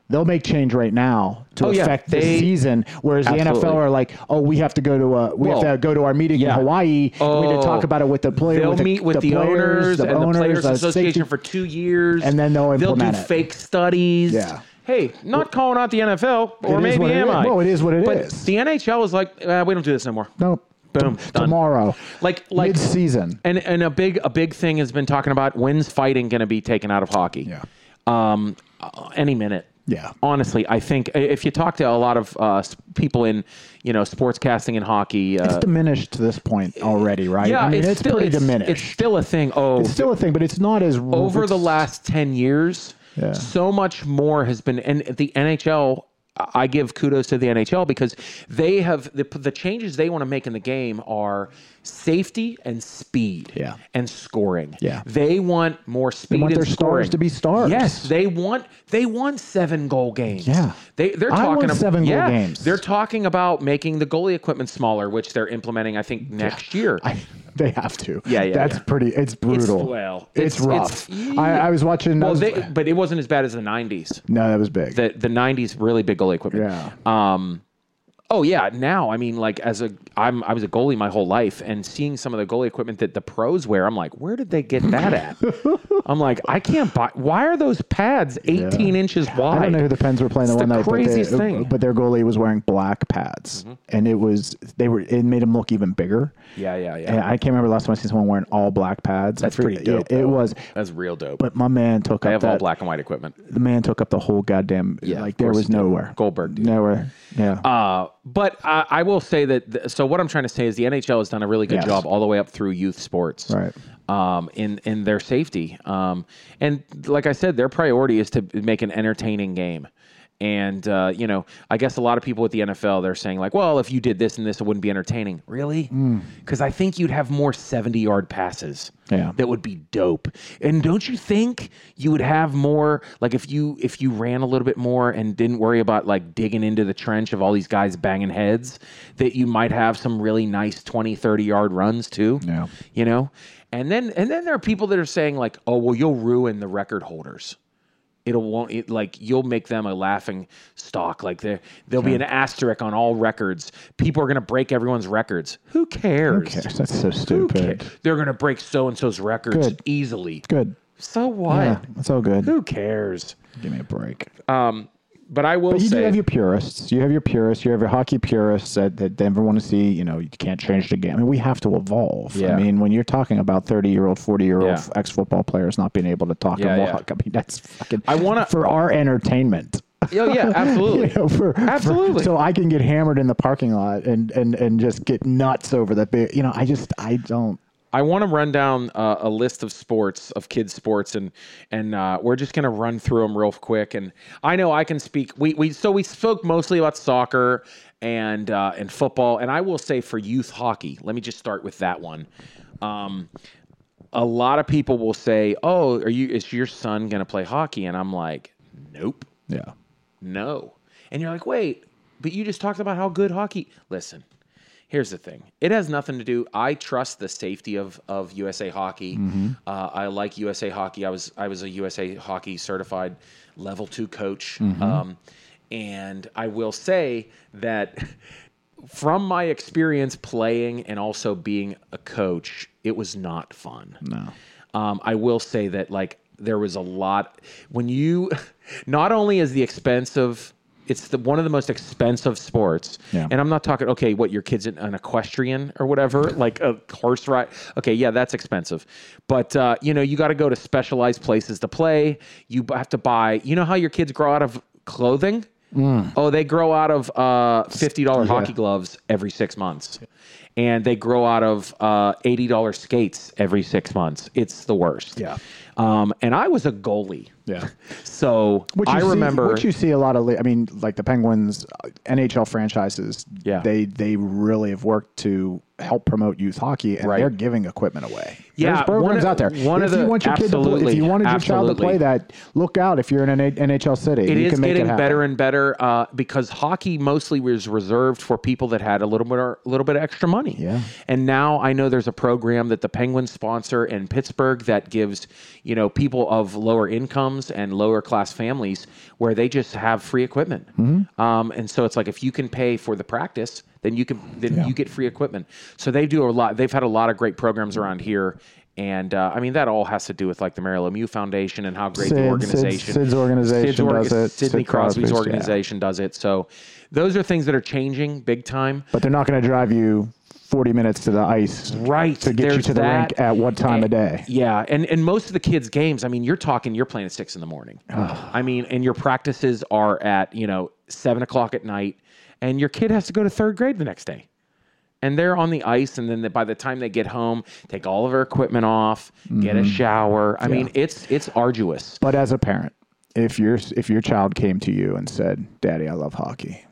C: They'll make change right now to
B: Oh, yeah.
C: affect
B: They-
C: the season, whereas the NFL
B: Absolutely.
C: are like, "Oh, we have to go to a we
B: Well,
C: have to go to our meeting
B: yeah.
C: in Hawaii. we need
B: Oh,
C: to talk about it with the player.
B: They'll
C: with the,
B: meet with the,
C: players,
B: owners
C: the
B: and the
C: owners, uh,
B: players
C: the
B: association
C: safety-
B: for two years,
C: and then they'll
B: they'll do
C: implement it.
B: fake studies.
C: Yeah.
B: hey, not calling out the NFL, or
C: is
B: maybe
C: what it
B: am
C: is.
B: I?
C: No, it is what it
B: it is. but
C: is.
B: The NHL is like, uh, we don't do this anymore.
C: Nope.
B: Boom,
C: T-
B: done.
C: tomorrow.
B: Like, like
C: Mid-season.
B: and and a big a big thing has been talking about when's fighting going to be taken out of hockey.
C: Yeah.
B: Um, uh, any minute.
C: Yeah.
B: Honestly, I think i- if you talk to a lot of uh, s- people in, you know, sports casting and hockey, uh,
C: It's diminished to this point already, right?
B: yeah,
C: I mean, it's,
B: still,
C: pretty
B: it's,
C: diminished.
B: It's still a thing. Oh,
C: It's still a thing, but it's not as
B: over the
C: it's-
B: last 10 years,
C: Yeah.
B: so much more has been, and the NHL, I give kudos to the NHL because they have the, the changes they want to make in the game are safety and speed
C: Yeah.
B: and scoring.
C: Yeah.
B: They want more speed
C: want
B: and
C: their
B: scoring.
C: stars to be stars.
B: Yes, they want they want seven goal games.
C: Yeah.
B: They they're
C: I
B: talking
C: want
B: ab-
C: seven goal
B: yeah,
C: games.
B: They're talking about making the goalie equipment smaller, which they're implementing I think next year.
C: I, they have to.
B: Yeah, yeah,
C: That's
B: yeah.
C: pretty. It's brutal.
B: well,
C: it's,
B: it's-
C: rough.
B: it's-
C: I, I was watching. I
B: well,
C: was-
B: they, but it wasn't as bad as the 90s.
C: no, that was big.
B: the the '90s really big goalie equipment.
C: Yeah.
B: Um, oh yeah. Now I mean, like as a I'm I was a goalie my whole life, and seeing some of the goalie equipment that the pros wear, I'm like, where did they get that at? I'm like, I can't buy. Why are those pads 18 inches wide?
C: I don't know who the Pens were playing
B: It's
C: the one
B: the
C: night,
B: craziest
C: but, they-
B: thing. Mm-hmm.
C: but their goalie was wearing black pads, and it was they were it made him look even bigger.
B: Yeah, yeah, yeah.
C: And I can't remember the last time I seen someone wearing all black pads. That's
B: pretty dope,
C: It,
B: though.
C: was,
B: That's real dope.
C: but my man took
B: they
C: up
B: have all
C: that-
B: black and white equipment.
C: The man took up the whole goddamn.
B: Yeah,
C: like
B: of
C: there
B: course
C: was
B: he did.
C: nowhere.
B: Goldberg did.
C: Nowhere. Yeah.
B: Uh, but I, I will say that. The, so what I'm trying to say is the NHL has done a really good
C: Yes.
B: job all the way up through youth sports,
C: Right.
B: Um, in in their safety, um, and like I said, their priority is to make an entertaining game. And uh, you know, I guess a lot of people at the NFL they're saying like, well, if you did this and this, it wouldn't be entertaining, really? Because I think you'd have more seventy-yard passes
C: Yeah.
B: that would be dope. And don't you think you would have more like if you if you ran a little bit more and didn't worry about like digging into the trench of all these guys banging heads that you might have some really nice 20 30 yard runs too.
C: Yeah.
B: You know? And then and then there are people that are saying like, "Oh, well you'll ruin the record holders." It'll won't it, like you'll make them a laughing stock. Like there, there'll be an asterisk on all records. People are gonna break everyone's records. Who cares?
C: Okay, that's so
B: Who ca-
C: stupid.
B: They're going to break so and so's records
C: Good.
B: easily.
C: Good.
B: So what?
C: Yeah, that's all good.
B: Who cares?
C: Give me a break.
B: But I will
C: But you
B: say
C: do have your purists. You have your purists. You have your hockey purists that, that never want to see, you know, you can't change the game. I mean, we have to evolve. I
B: Yeah.
C: mean, when you're talking about 30 year old, 40 year old
B: Yeah.
C: ex football players not being able to talk
B: Yeah,
C: and
B: yeah.
C: walk, I mean, that's fucking
B: I wanna-
C: for our entertainment.
B: Oh yeah, absolutely.
C: You know, for- for-
B: Absolutely.
C: so I can get hammered in the parking lot and, and, and just get nuts over that. big- You know, I just, I don't.
B: I want to run down uh, a list of sports, of kids' sports, and and uh, we're just gonna run through them real quick. And I know I can speak. We we so we spoke mostly about soccer and uh, and football. And I will say for youth hockey, let me just start with that one. Um, a lot of people will say, "Oh, are you? Is your son gonna play hockey?" And I'm like, "Nope."
C: Yeah.
B: No. And you're like, wait, but you just talked about how good hockey. Listen, here's the thing. It has nothing to do. I trust the safety of of USA Hockey. Uh, I like USA Hockey. I was I was a USA Hockey certified level two coach. Um, and I will say that from my experience playing and also being a coach, it was not fun. No. Um, I will say that like there was a lot when you not only is the expensive it's the one of the most expensive sports.
C: Yeah.
B: And I'm not talking okay, what your kids in an equestrian or whatever, like a horse ride. Okay, yeah, that's expensive. But uh, you know, you got to go to specialized places to play. You b- have to buy, you know how your kids grow out of clothing?
C: Mm.
B: Oh, they grow out of uh, fifty dollar hockey gloves every six months, and they grow out of uh, eighty dollar skates every six months. It's the worst.
C: Yeah.
B: Um, and I was a goalie.
C: Yeah.
B: So
C: Which
B: I
C: you see-
B: remember.
C: Which you see a lot of. li- I mean, like the Penguins, uh, NHL franchises.
B: Yeah.
C: They they really have worked to help promote youth hockey, and
B: Right.
C: they're giving equipment away.
B: Yeah,
C: There's programs
B: one of-
C: out there.
B: one
C: if
B: of
C: you
B: the-
C: want your kid to play, if
B: absolutely,
C: you wanted your child to play
B: absolutely.
C: that, look out if you're in an A- NHL city.
B: It
C: you
B: is
C: can make
B: getting
C: it happen.
B: better and better uh, because hockey mostly was reserved for people that had a little bit, a little bit of extra money.
C: Yeah.
B: And now I know there's a program that the Penguins sponsor in Pittsburgh that gives, you know, people of lower incomes and lower class families where they just have free equipment.
C: Mm-hmm.
B: Um, and so it's like if you can pay for the practice, then you can then you get free equipment. So they do a lot. They've had a lot of great programs around here. And uh, I mean, that all has to do with like the Mary Lemieux Foundation and how great
C: Sid-
B: the
C: Sid-
B: organization,
C: Sid's organization
B: org-
C: does it.
B: Sidney
C: Sid
B: Crosby's,
C: Crosby's, yeah.
B: organization does it. So those are things that are changing big time.
C: But they're not going to drive you 40 minutes to the ice
B: Right
C: to get you
B: there's
C: to the
B: that.
C: rink at what
B: And-
C: time of day.
B: Yeah, and and most of the kids' games. I mean, you're talking. You're playing at six in the morning. I mean, and your practices are at you know seven o'clock at night, and your kid has to go to third grade the next day, and they're on the ice. And then by the time they get home, take all of their equipment off, get a
C: Mm-hmm.
B: shower. I mean, it's it's arduous.
C: But as a parent, if your if your child came to you and said, "Daddy, I love hockey,"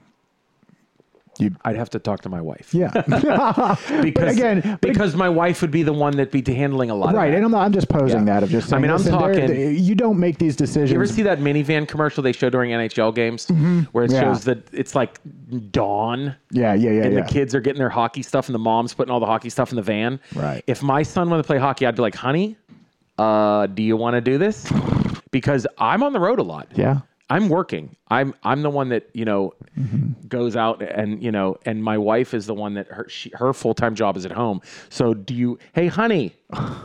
B: I'd have to talk to my wife.
C: yeah,
B: because
C: again, but-
B: because my wife would be the one that'd be handling a lot. of
C: right.
B: that.
C: And I'm not, I'm just posing
B: Yeah.
C: that of just.
B: I
C: Saying,
B: mean, I'm
C: "Listen, they're-
B: talking-
C: they- you don't make these decisions.
B: You ever see that minivan commercial they show during NHL games where it
C: Mm-hmm. Yeah.
B: shows that it's like dawn
C: yeah, yeah, yeah.
B: and
C: yeah.
B: the kids are getting their hockey stuff and the mom's putting all the hockey stuff in the van?
C: Right.
B: If my son wanted to play hockey, I'd be like, honey, uh, do you want to do this? Because I'm on the road a lot.
C: Yeah.
B: I'm working. I'm I'm the one that you know
C: Mm-hmm.
B: goes out and you know, and my wife is the one that her she, her full time job is at home. So do you? Hey, honey,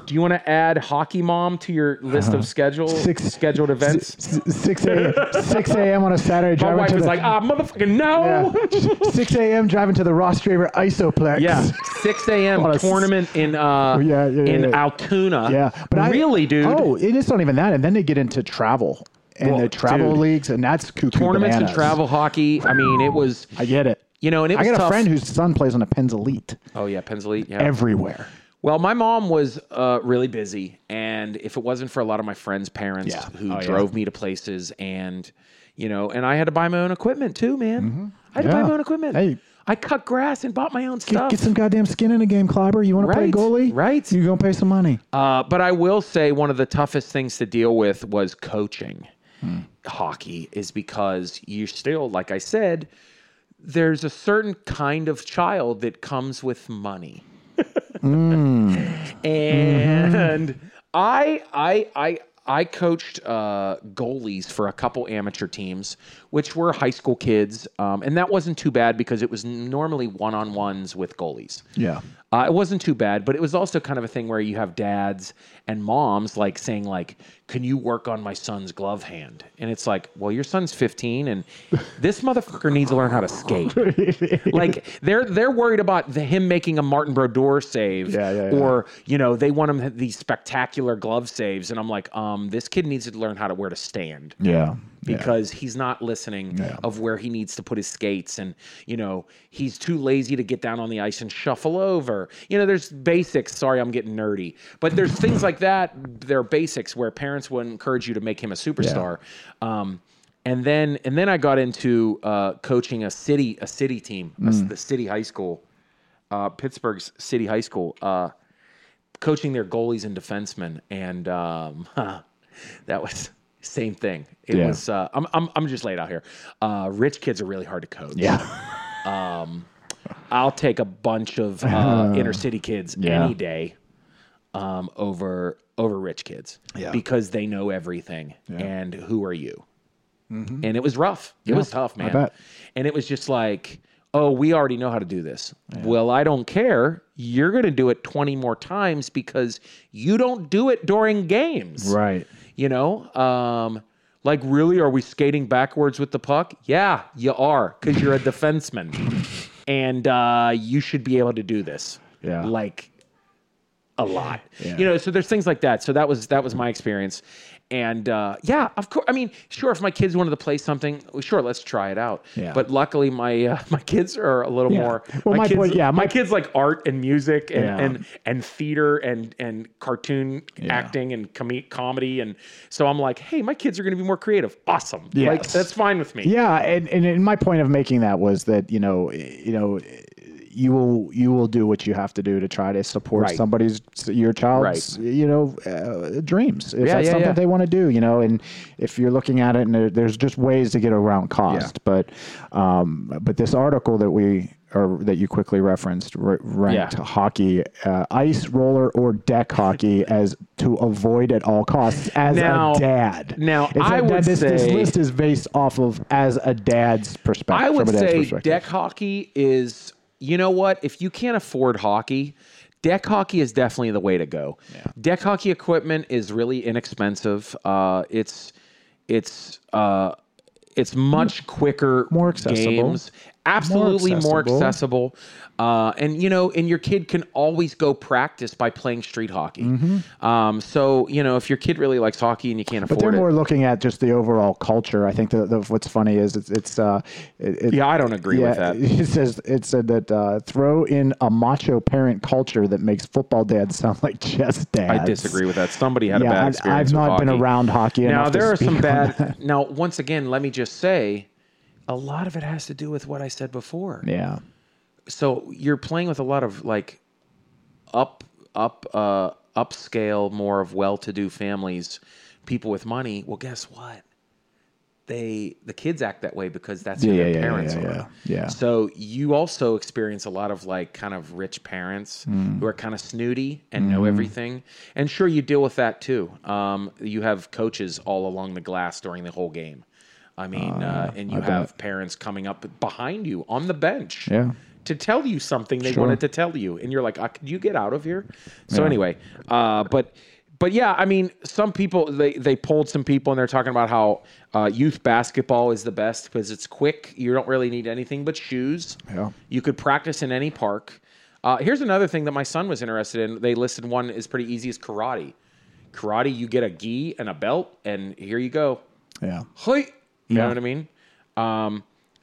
B: do you want to add hockey mom to your list of schedule
C: Uh-huh. Six-
B: scheduled events?
C: S- six a.m. six a.m. on a Saturday.
B: my
C: driving
B: wife
C: to
B: is
C: the,
B: like, ah, motherfucking no.
C: yeah. six a.m. driving to the Ross Draver Isoplex.
B: Yeah, 6 a.m.
C: On a s- Oh,
B: tournament in uh
C: yeah, yeah, yeah,
B: in
C: yeah.
B: Altoona.
C: Yeah, I-
B: really, dude.
C: Oh, it is not even that, and then they get into travel and
B: Well,
C: the travel
B: dude.
C: leagues, and that's cuckoo
B: tournaments and
C: bananas.
B: travel hockey. I mean, it was
C: I get it.
B: you know, and it
C: I
B: was
C: got
B: tough.
C: a friend whose son plays on the Penn's Elite
B: oh yeah, Pensley. Yeah.
C: everywhere.
B: Well, my mom was uh, really busy, and if it wasn't for a lot of my friends' parents
C: Yeah.
B: who
C: Oh, yeah.
B: drove me to places, and you know, and I had to buy my own equipment too, man. I had to buy
C: Mm-hmm. Yeah.
B: my own equipment.
C: Hey.
B: I cut grass and bought my own
C: Get,
B: stuff.
C: get some goddamn skin in the game, Clobber. You want
B: Oh. Right,
C: to play goalie?
B: right.
C: You gonna pay some money?
B: Uh, but I will say one of the toughest things to deal with was coaching hockey, is because you're still, like I said, there's a certain kind of child that comes with money. and I, I, I, I coached uh, goalies for a couple amateur teams, which were high school kids, um, and that wasn't too bad because it was normally one-on-ones with goalies.
C: Yeah.
B: Uh, it wasn't too bad, but it was also kind of a thing where you have dads and moms like saying like, "Can you work on my son's glove hand?" And it's like, "Well, your son's 15, and this motherfucker needs to learn how to skate." like they're they're worried about the, him making a Martin Brodeur save,
C: Yeah, yeah, yeah.
B: or you know they want him to have these spectacular glove saves, and I'm like, um, this kid needs to learn how to where to stand
C: Yeah.
B: because he's not listening of where he needs to put his skates and you know he's too lazy to get down on the ice and shuffle over you know there's basics sorry i'm getting nerdy but there's things like that there are basics where parents would encourage you to make him a superstar um, and then and then i got into uh, coaching a city a city team a
C: Mm.
B: s- the city high school uh, pittsburgh's city high school uh, coaching their goalies and defensemen, and um, that was same thing. It
C: Yeah.
B: was. Uh, I'm, I'm I'm just laid out here. Uh, rich kids are really hard to coach.
C: Yeah.
B: I'll take a bunch of uh, inner city kids
C: yeah.
B: any day um, over over rich kids
C: Yeah.
B: because they know everything and who are you? And it was rough. It was tough, man.
C: Mm-hmm. bet.
B: And it was just like, oh, we already know how to do this. Well, I don't care. You're going to do it 20 more times because you don't do it during games.
C: Right.
B: You know, um, like really, are we skating backwards with the puck? Yeah, you are, because you're a defenseman, and uh, you should be able to do this.
C: Yeah.
B: like a lot.
C: Yeah.
B: You know, so there's things like that. So that was that was my experience, and uh, yeah, of course. I mean, sure, if my kids wanted to play something, well, sure, let's try it out.
C: Yeah.
B: But luckily, my uh, my kids are a little
C: Yeah.
B: more.
C: Well, my
B: kids,
C: point- yeah,
B: my,
C: my-
B: kids like art and music and
C: Yeah.
B: and Mm-hmm. and theater and and cartoon acting and com- comedy and so I'm like, hey, my kids are going to be more creative. Awesome, like
C: Yes.
B: that's fine with me.
C: Yeah, and, and and my point of making that was that you know you know you will you will do what you have to do to try to support
B: Right.
C: somebody's your child's
B: Right.
C: you know uh, dreams if
B: Yeah,
C: that's
B: yeah,
C: something
B: yeah.
C: they want to do you know and if you're looking at it and there, there's just ways to get around cost but um but this article that we or that you quickly referenced r- ranked
B: Yeah.
C: hockey uh, ice roller or deck hockey as to avoid at all costs as
B: Now-
C: a dad
B: now,
C: It's
B: I
C: like that
B: would
C: this, this
B: say-
C: list is based off of as a dad's perspective.
B: I would
C: from a dad's
B: say
C: perspective.
B: deck hockey is, you know what? If you can't afford hockey, Deck hockey is definitely the way to go. Deck hockey equipment is really inexpensive. Uh, it's it's uh, it's much quicker,
C: More accessible.
B: games. Absolutely more
C: accessible.
B: accessible. Uh, and you know, and your kid can always go practice by playing street hockey. Um, so you know, if your kid really likes hockey and you can't
C: Mm-hmm. But they're
B: afford it,
C: more looking at just the overall culture. I think the, the, what's funny is it's, it's uh, it, it-
B: yeah, I don't agree with that.
C: It says it said that uh, throw in a macho parent culture that makes football dads sound like chess dads.
B: I disagree with that. Somebody had a
C: Yeah,
B: bad
C: I've,
B: experience.
C: I've
B: with
C: not been
B: hockey.
C: around hockey.
B: Now
C: enough to
B: there are some
C: speak on
B: bad.
C: that.
B: Now once again, let me just say, a lot of it has to do with what I said before.
C: Yeah,
B: So you're playing with a lot of like up up uh upscale more of well-to-do families, people with money. Well, guess what? They the kids act that way because that's who
C: Yeah,
B: their
C: yeah, yeah,
B: parents
C: yeah,
B: are.
C: yeah, yeah.
B: So you also experience a lot of like kind of rich parents
C: Mm.
B: who are kind of snooty and
C: Mm-hmm.
B: know everything. And sure, you deal with that too. Um, you have coaches all along the glass during the whole game. I mean, uh, and you
C: Ah, I
B: have parents coming up behind you on the bench
C: Yeah.
B: to tell you something they
C: Sure.
B: wanted to tell you, and you're like, uh, "Could you get out of here?" So anyway, uh, but but yeah, I mean, some people they they polled some people, and they're talking about how uh, youth basketball is the best because it's quick. You don't really need anything but shoes.
C: Yeah.
B: You could practice in any park. Uh, here's another thing that my son was interested in. They listed one is pretty easy is karate. Karate, you get a gi and a belt, and here you go.
C: yeah.
B: Hoi. You know
C: Yeah.
B: what I mean? Um,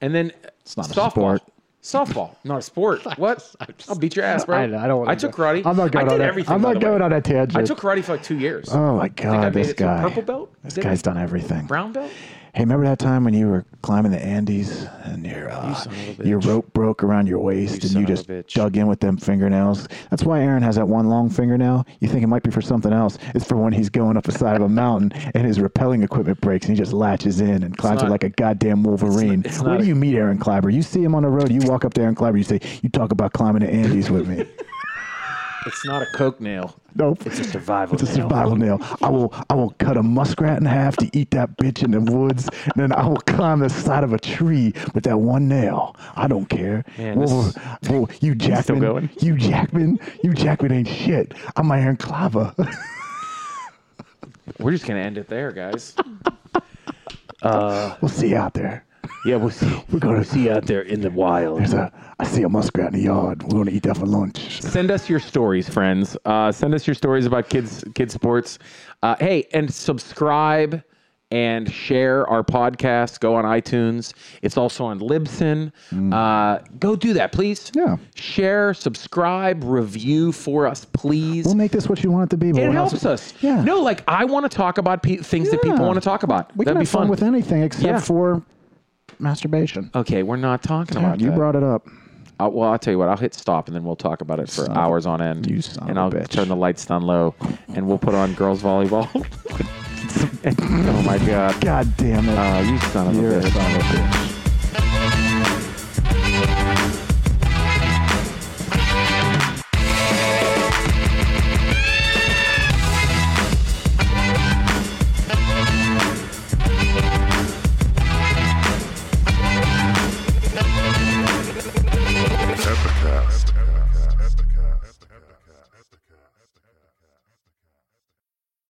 B: and then it's
C: not a
B: softball.
C: sport.
B: Softball, not a sport. what? I'll beat your ass, bro.
C: I know, I don't wanna
B: I took
C: go-
B: karate.
C: I'm not going
B: I did
C: on that-
B: everything.
C: I'm
B: by
C: not
B: the
C: going
B: way.
C: on a tangent.
B: I took karate for like two years.
C: Oh my
B: I made
C: god, this
B: it through
C: guy.
B: purple belt?
C: This
B: Did
C: guy's
B: I?
C: done everything.
B: Brown belt.
C: Hey, remember that time when you were climbing the Andes and your uh, your rope broke around your waist
B: son
C: and
B: of
C: you
B: a
C: just
B: bitch.
C: dug in with them fingernails? That's why Aaron has that one long fingernail. You think it might be for something else? It's for when he's going up the side of a mountain and his rappelling equipment breaks and he just latches in and climbs
B: not-
C: it like a goddamn Wolverine.
B: it's
C: Where
B: not
C: do
B: a-
C: you meet Aaron Kleiber? You see him on the road. You walk up to Aaron Kleiber. You say, "You talk about climbing the Andes with me."
B: It's not a coke nail.
C: Nope.
B: It's a survival.
C: It's a survival nail. I will I will cut a muskrat in half to eat that bitch in the woods. And then I will climb the side of a tree with that one nail. I don't care.
B: Man,
C: Whoa,
B: this-
C: whoa, whoa, you Jackman.
B: going?
C: You Jackman. You Jackman ain't shit. I'm Iron Clava.
B: We're just gonna end it there, guys.
C: we'll see you out there.
B: yeah, we'll see.
C: We're gonna
B: see you out there in the wild.
C: There's a I see a muskrat in the yard. We're gonna eat that for lunch.
B: send us your stories, friends. Uh, send us your stories about kids, kids sports. Uh, hey, and subscribe and share our podcast. Go on iTunes. It's also on Libsyn. Uh, go do that, please.
C: Mm. Yeah.
B: Share, subscribe, review for us, please.
C: We'll make this what you want it to be. But
B: it
C: we'll
B: helps
C: also-
B: us.
C: Yeah.
B: No, like I want to talk about pe- things that people
C: Yeah.
B: want to talk about.
C: we
B: That'd
C: can
B: be
C: have fun with anything except
B: Yeah. Oh,
C: for masturbation.
B: Okay, we're not talking about
C: you
B: that.
C: brought it up.
B: Uh, well, I'll tell you what. I'll hit stop and then we'll talk about it for
C: Son of a-
B: hours on end.
C: you son
B: and
C: of
B: I'll
C: a bitch.
B: turn the lights down low, and we'll put on girls volleyball. oh my god!
C: God damn it.
B: Oh, you son of
C: You're
B: a
C: a
B: bitch.
C: son of a bitch.